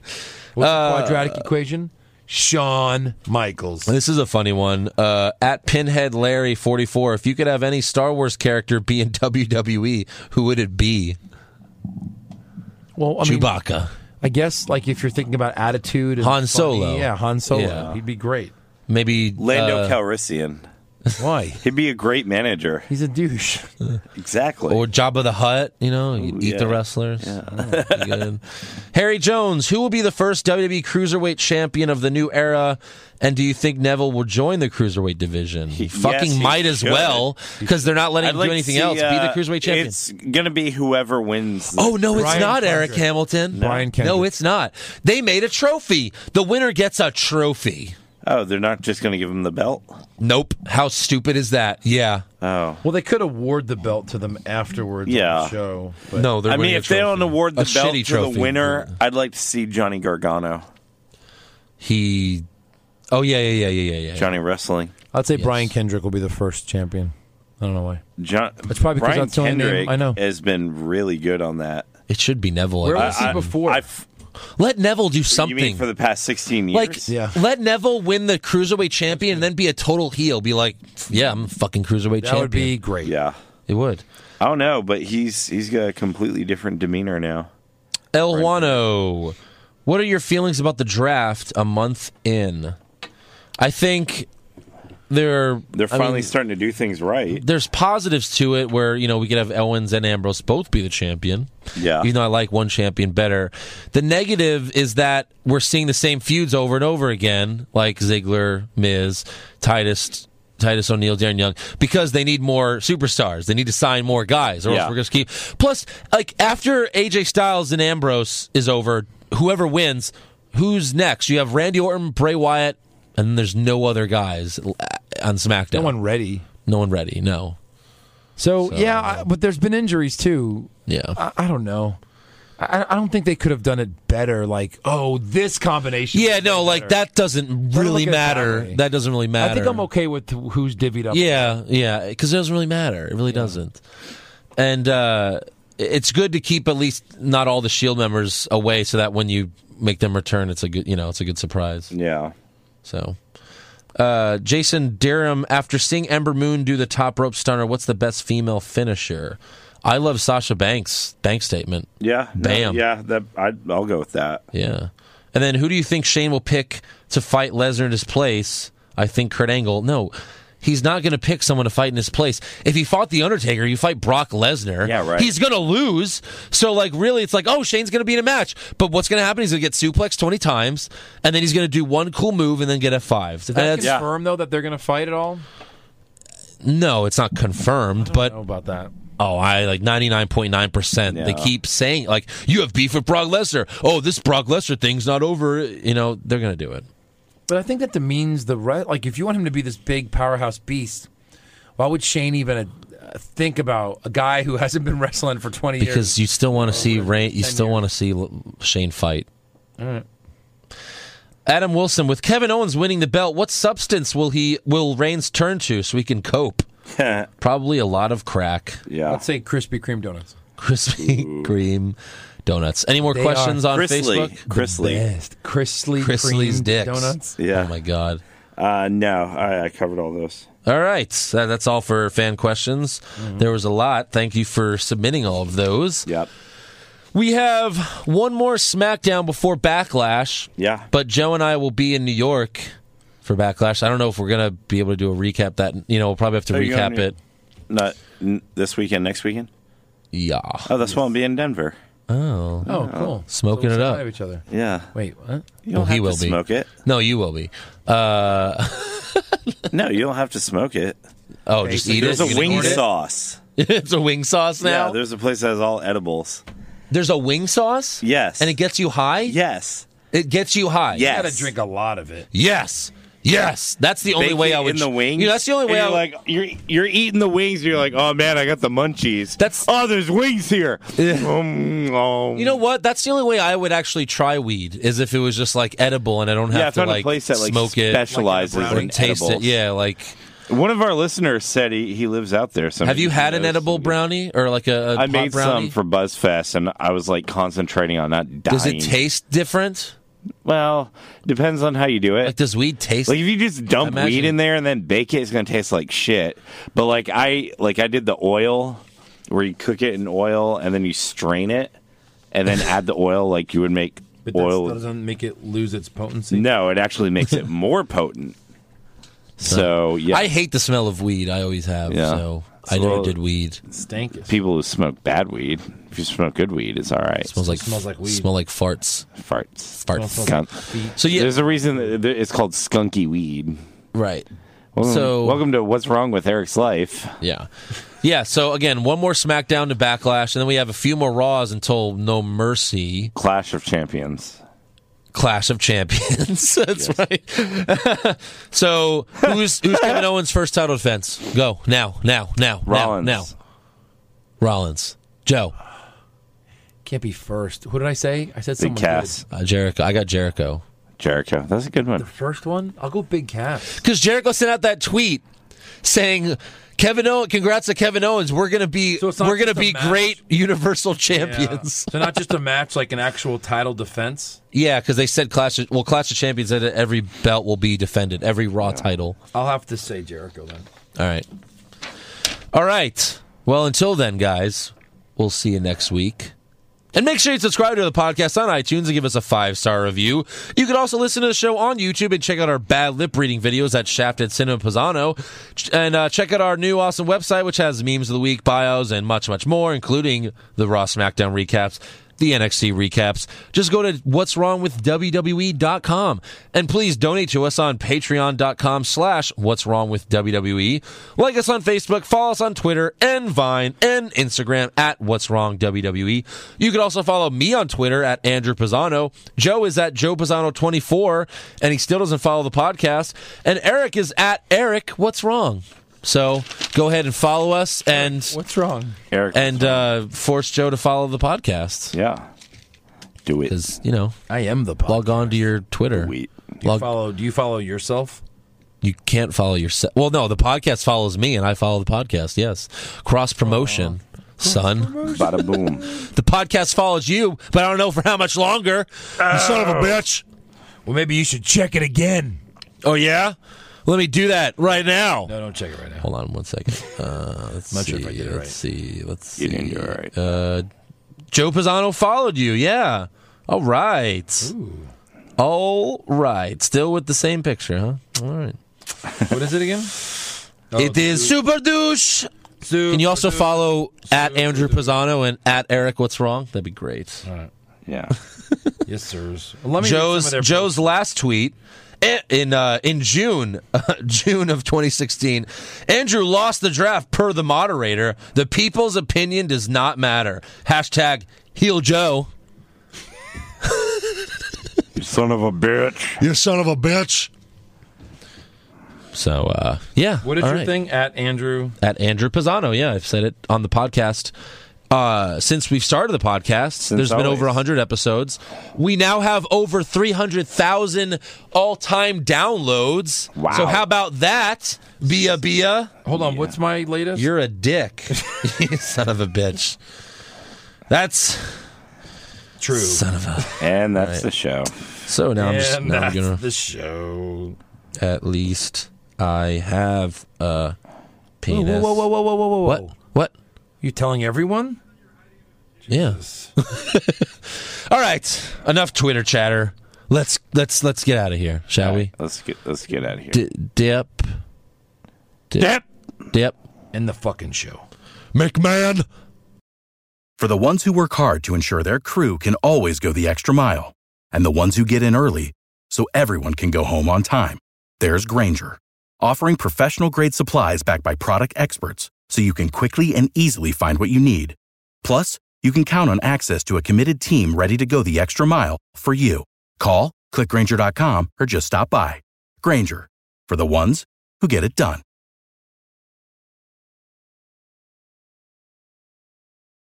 S5: quadratic equation? Shawn Michaels.
S4: This is a funny one. Uh, at Pinhead Larry forty four. If you could have any Star Wars character be in WWE, who would it be?
S5: Well, I mean,
S4: Chewbacca.
S5: I guess like if you're thinking about attitude, and
S4: Han
S5: funny-
S4: Solo.
S5: yeah, Han Solo,
S4: Yeah.
S5: he'd be great.
S4: Maybe
S6: Lando
S4: uh,
S6: Calrissian.
S5: Why?
S6: He'd be a great manager.
S5: He's a douche.
S6: Exactly.
S4: or Jabba the Hutt. You know, you eat the
S6: yeah.
S4: wrestlers. Oh, pretty good. Harry Jones. Who will be the first WWE Cruiserweight champion of the new era? And do you think Neville will join the cruiserweight division? He fucking
S6: Yes, he
S4: might as
S6: should.
S4: well because they're not letting
S6: I'd
S4: him
S6: like
S4: do
S6: to
S4: anything
S6: see,
S4: else.
S6: uh,
S4: be the cruiserweight champion.
S6: It's gonna be whoever wins.
S4: Oh no, it's
S5: Brian
S4: not
S5: Kendrick.
S4: Eric Hamilton.
S5: Brian Kendrick.
S4: No, it's not. They made a trophy. The winner gets a trophy.
S6: Oh, they're not just gonna give him the belt.
S4: Nope. How stupid is that? Yeah.
S6: Oh,
S5: Well, they could award the belt to them afterwards. on the
S6: Yeah.
S5: show. but-
S4: No, they're
S6: I mean,
S4: winning a
S6: if they
S4: trophy.
S6: don't award the
S4: A
S6: belt
S4: shitty
S6: to
S4: trophy.
S6: the winner, I'd like to see Johnny Gargano,
S4: he. Oh yeah, yeah, yeah, yeah, yeah, yeah.
S6: Johnny Wrestling.
S5: I'd say Brian Kendrick will be the first champion. I don't know why.
S6: John.
S5: It's probably 'cause
S6: Brian
S5: that's the only name
S6: Kendrick
S5: I know.
S6: has been really good on that.
S4: It should be Neville. I
S5: Where
S4: guess.
S5: was he before?
S6: I've,
S4: Let Neville do
S6: you
S4: something.
S6: mean for the past 16 years?
S4: like,
S5: Yeah.
S4: let Neville win the cruiserweight champion and then be a total heel. Be like, yeah, I'm a fucking cruiserweight
S5: that
S4: champion.
S5: would be great.
S6: yeah.
S4: It would.
S6: I don't know, but he's he's got a completely different demeanor now.
S4: El Wano, what are your feelings about the draft a month in? I think there
S6: They're
S4: I
S6: finally
S4: mean,
S6: starting to do things right.
S4: there's positives to it where you know we could have Owens and Ambrose both be the champion.
S6: Yeah.
S4: Even though I like one champion better. The negative is that we're seeing the same feuds over and over again, like Ziggler, Miz, Titus. Titus O'Neil, Darren Young, because they need more superstars. They need to sign more guys, or
S6: Yeah.
S4: else we're going to keep. Plus, like after AJ Styles and Ambrose is over, whoever wins, who's next? You have Randy Orton, Bray Wyatt, and then there's no other guys l- on SmackDown.
S5: No one ready.
S4: No one ready. No.
S5: So, yeah, I, but there's been injuries too.
S4: Yeah.
S5: I, I don't know. I, I don't think they could have done it better. Like, oh, this combination.
S4: Yeah. No. Like that doesn't
S5: Better
S4: really
S5: look at it that
S4: matter.
S5: way.
S4: That, doesn't really matter.
S5: I think I'm okay with who's divvied up.
S4: Yeah. Yeah. Because it doesn't really matter. It really doesn't. And uh it's good to keep at least not all the Shield E members away, so that when you make them return, it's a good you know it's a good surprise.
S6: Yeah.
S4: So, uh, Jason Derham, after seeing Ember Moon do the top rope stunner, what's the best female finisher? I love Sasha Banks. Bank statement.
S6: Yeah. no,
S4: Bam.
S6: yeah, that I, I'll go with that.
S4: Yeah. And then who do you think Shane will pick to fight Lesnar in his place? I think Kurt Angle. No, he's not going to pick someone to fight in his place. If he fought The Undertaker, you fight Brock Lesnar.
S6: Yeah, right.
S4: He's going to lose. So, like, really, it's like, oh, Shane's going to be in a match. But what's going to happen? He's going to get suplexed 20 times, and then he's going to do one cool move and then get F5.
S11: Did that confirm though that they're going to fight at all?
S4: No, it's not confirmed, but.
S11: know about that.
S4: Oh, I like 99.9%. They
S11: Yeah.
S4: keep saying, like, you have beef with Brock Lesnar. Oh, this Brock Lesnar thing's not over. You know, they're going to do it.
S11: But I think that demeans the right. Like, if you want him to be this big powerhouse beast, why would Shane even uh, think about a guy who hasn't been wrestling for twenty years?
S4: because you still want to see Rain, you still want to see L- Shane fight.
S11: All right.
S4: Adam Wilson with Kevin Owens winning the belt, what substance will he will Reigns turn to so he can cope? Probably a lot of crack.
S6: Yeah.
S11: Let's say Krispy Kreme donuts.
S4: Krispy Kreme donuts. Any more
S11: They
S4: questions
S11: are
S4: on
S11: Chrisley.
S4: Facebook?
S6: Chrisley.
S11: The best. Chrisley
S4: Chrisley's
S11: creamed
S4: dicks.
S11: donuts.
S6: Yeah.
S4: Oh my god.
S6: Uh, no, I, I covered all those.
S4: All right, that, that's all for fan questions.
S11: Mm-hmm.
S4: There was a lot. Thank you for submitting all of those.
S6: Yep.
S4: We have one more SmackDown before Backlash.
S6: Yeah.
S4: But Joe and I will be in New York for Backlash. I don't know if we're gonna be able to do a recap. That you know, we'll probably have to
S6: Are you
S4: recap
S6: going
S4: it.
S6: Not n- this weekend, next weekend.
S4: Yeah.
S6: Oh, this one will be in Denver.
S4: Oh.
S11: Oh, cool.
S4: Smoking
S11: So
S4: it
S11: we're
S4: up.
S11: side of each other.
S6: Yeah.
S11: Wait, what?
S6: You don't
S4: Well, he
S6: have
S4: will
S6: to
S4: be.
S6: smoke it.
S4: No, you will be. Uh,
S6: No, you don't have to smoke it.
S4: oh, just eat
S6: There's
S4: it.
S6: a
S4: You're gonna
S6: wing
S4: eat it?
S6: sauce.
S4: it's a wing sauce now.
S6: Yeah, there's a place that has all edibles.
S4: There's a wing sauce.
S6: Yes.
S4: And it gets you high.
S6: Yes.
S4: It gets you high.
S6: Yes.
S11: You gotta drink a lot of it.
S4: Yes. Yes. That's the only
S6: Bake
S4: way
S6: it
S4: I would.
S6: in the wings.
S4: You know, that's the only
S6: and
S4: way I
S6: you're
S4: would.
S6: like you're you're eating the wings. You're like, oh man, I got the munchies.
S4: That's-
S6: oh, there's wings here. Mm, oh.
S4: You know what? That's the only way I would actually try weed is if it was just like edible and I don't have
S6: yeah, I
S4: to
S6: found
S4: like
S6: a place that like
S4: smoke it,
S6: specializes
S4: or
S6: in
S4: taste
S6: edibles.
S4: it. Yeah, like
S6: One of our listeners said he, he lives out there. So
S4: have you
S6: maybe
S4: had
S6: he
S4: an
S6: knows.
S4: edible brownie or like a, a
S6: I
S4: pot
S6: made
S4: brownie?
S6: some for BuzzFest, and I was like concentrating on not dying.
S4: Does it taste different?
S6: Well, depends on how you do it.
S4: Like does weed taste?
S6: Like if you just dump
S4: I imagine-
S6: weed in there and then bake it, it's gonna taste like shit. But like I like I did the oil where you cook it in oil and then you strain it and then add the oil like you would make
S11: But that still
S6: oil.
S11: doesn't make it lose its potency.
S6: No, it actually makes it more potent. So yeah,
S4: I hate the smell of weed. I always have.
S6: Yeah.
S4: So I
S6: So-
S4: never did weed.
S11: Stank it.
S6: people who smoke bad weed. If you smoke good weed, it's all right.
S4: smells like
S11: smells like weed.
S4: Smell like farts.
S6: farts.
S4: Farts.
S6: Skunk.
S4: So yeah,
S6: There's a reason that it- it's called skunky weed.
S4: right.
S6: Welcome,
S4: So-
S6: welcome to what's wrong with Eric's life.
S4: Yeah. Yeah, so again, one more SmackDown to Backlash, and then we have a few more Raws until No Mercy.
S6: Clash of Champions.
S4: Clash of Champions. That's right. so who's who's Kevin Owens' first title defense? Go now, now, now,
S6: Rollins.
S4: now, now. Rollins, Joe,
S11: Can't be first. What did I say? I said
S6: Big
S11: someone
S6: Cass.
S4: uh, Jericho. I got Jericho
S6: Jericho. That's a good one.
S11: good. The first one? I'll go Big Cass.
S4: because Jericho sent out that tweet saying. Kevin Owens, congrats to Kevin Owens. We're gonna be
S11: So it's not
S4: we're gonna
S11: just a
S4: be
S11: match?
S4: great Universal
S11: Yeah.
S4: Champions.
S11: so not just a match, like an actual title defense.
S4: Yeah, because they said Clash. Of, well, Clash of Champions said that every belt will be defended, every Raw title.
S11: I'll have to say Jericho then.
S4: All right. All right. Well, until then, guys, we'll see you next week. And make sure you subscribe to the podcast on iTunes and give us a five star review. You can also listen to the show on YouTube and check out our bad lip reading videos at Shafted Cinema Pisano. Ch- And uh, check out our new awesome website, which has memes of the week, bios, and much, much more, including the Raw SmackDown recaps, the NXT recaps. Just go to what's wrong with WWE.com and please donate to us on patreon.com slash what's wrong with WWE. Like us on Facebook, follow us on Twitter and Vine and Instagram at what's wrong WWE. You can also follow me on Twitter at Andrew Pisano. Joe is at Joe Pisano24 and he still doesn't follow the podcast. And Eric is at Eric What's Wrong. So go ahead and follow us and
S11: What's wrong?
S6: Eric.
S4: and uh, force Joe to follow the podcast
S6: yeah. Do it.
S4: because you know
S11: I am the podcast.
S4: log on to your Twitter.
S6: Wait.
S11: Do you
S4: Log,
S11: follow do you follow yourself?
S4: you can't follow yourself. Well, no, the podcast follows me, and I follow the podcast. Yes, cross promotion. son.
S6: Bada boom.
S4: the podcast follows you, but I don't know for how much longer. You son of a bitch.
S5: Well, maybe you should check it again.
S4: Oh yeah, let me do that right now.
S5: No, don't check it right now.
S4: Hold on one second. Uh, let's
S5: I'm not
S4: see.
S5: sure if I did it right.
S4: Let's see. Let's see.
S6: You didn't do it right.
S4: Uh, Joe Pisano followed you. Yeah. All right. All right. Still with the same picture, huh? All right.
S5: What is it again? Oh,
S4: it is super douche. Can you also follow at Andrew Pisano and at Eric? What's wrong? That'd be great.
S5: All right.
S6: Yeah.
S5: Yes, sirs. Well, let me read some of
S4: Joe's
S5: their
S4: Joe's last tweet eh, in uh, in June June of 2016. Andrew lost the draft per the moderator. The people's opinion does not matter. Hashtag heal Joe.
S6: You son of a bitch.
S4: You son of a bitch. So uh, yeah,
S5: What is
S4: all
S5: your
S4: right.
S5: thing at Andrew?
S4: at Andrew Pisano? Yeah, I've said it on the podcast. Uh, since we've started the podcast, there's been over
S6: always.
S4: 100 episodes. We now have over 300,000 all time downloads.
S6: Wow.
S4: So, how about that, Bia Bia?
S5: Hold on. What's my latest?
S4: You're a dick. you son of a bitch. That's
S5: True.
S4: son of a.
S6: And that's the show.
S4: So now I'm just.
S5: and
S4: Now I'm
S5: that's
S4: gonna,
S5: the show.
S4: at least I have a
S5: Whoa,
S4: penis.
S5: whoa, whoa, whoa, whoa, whoa, whoa!
S4: What? What?
S5: You telling everyone?
S4: Yeah. All right. Enough Twitter chatter. Let's let's let's get out of here, shall we?
S6: Let's get let's get out of here.
S4: D- dip. Dip.
S6: Dip.
S4: Dip.
S5: In the fucking show.
S4: McMahon.
S7: For the ones who work hard to ensure their crew can always go the extra mile, and the ones who get in early so everyone can go home on time, there's Granger, offering professional grade supplies backed by product experts so you can quickly and easily find what you need. Plus, you can count on access to a committed team ready to go the extra mile for you. Call, clickgranger.com, or just stop by. Granger, for the ones who get it done.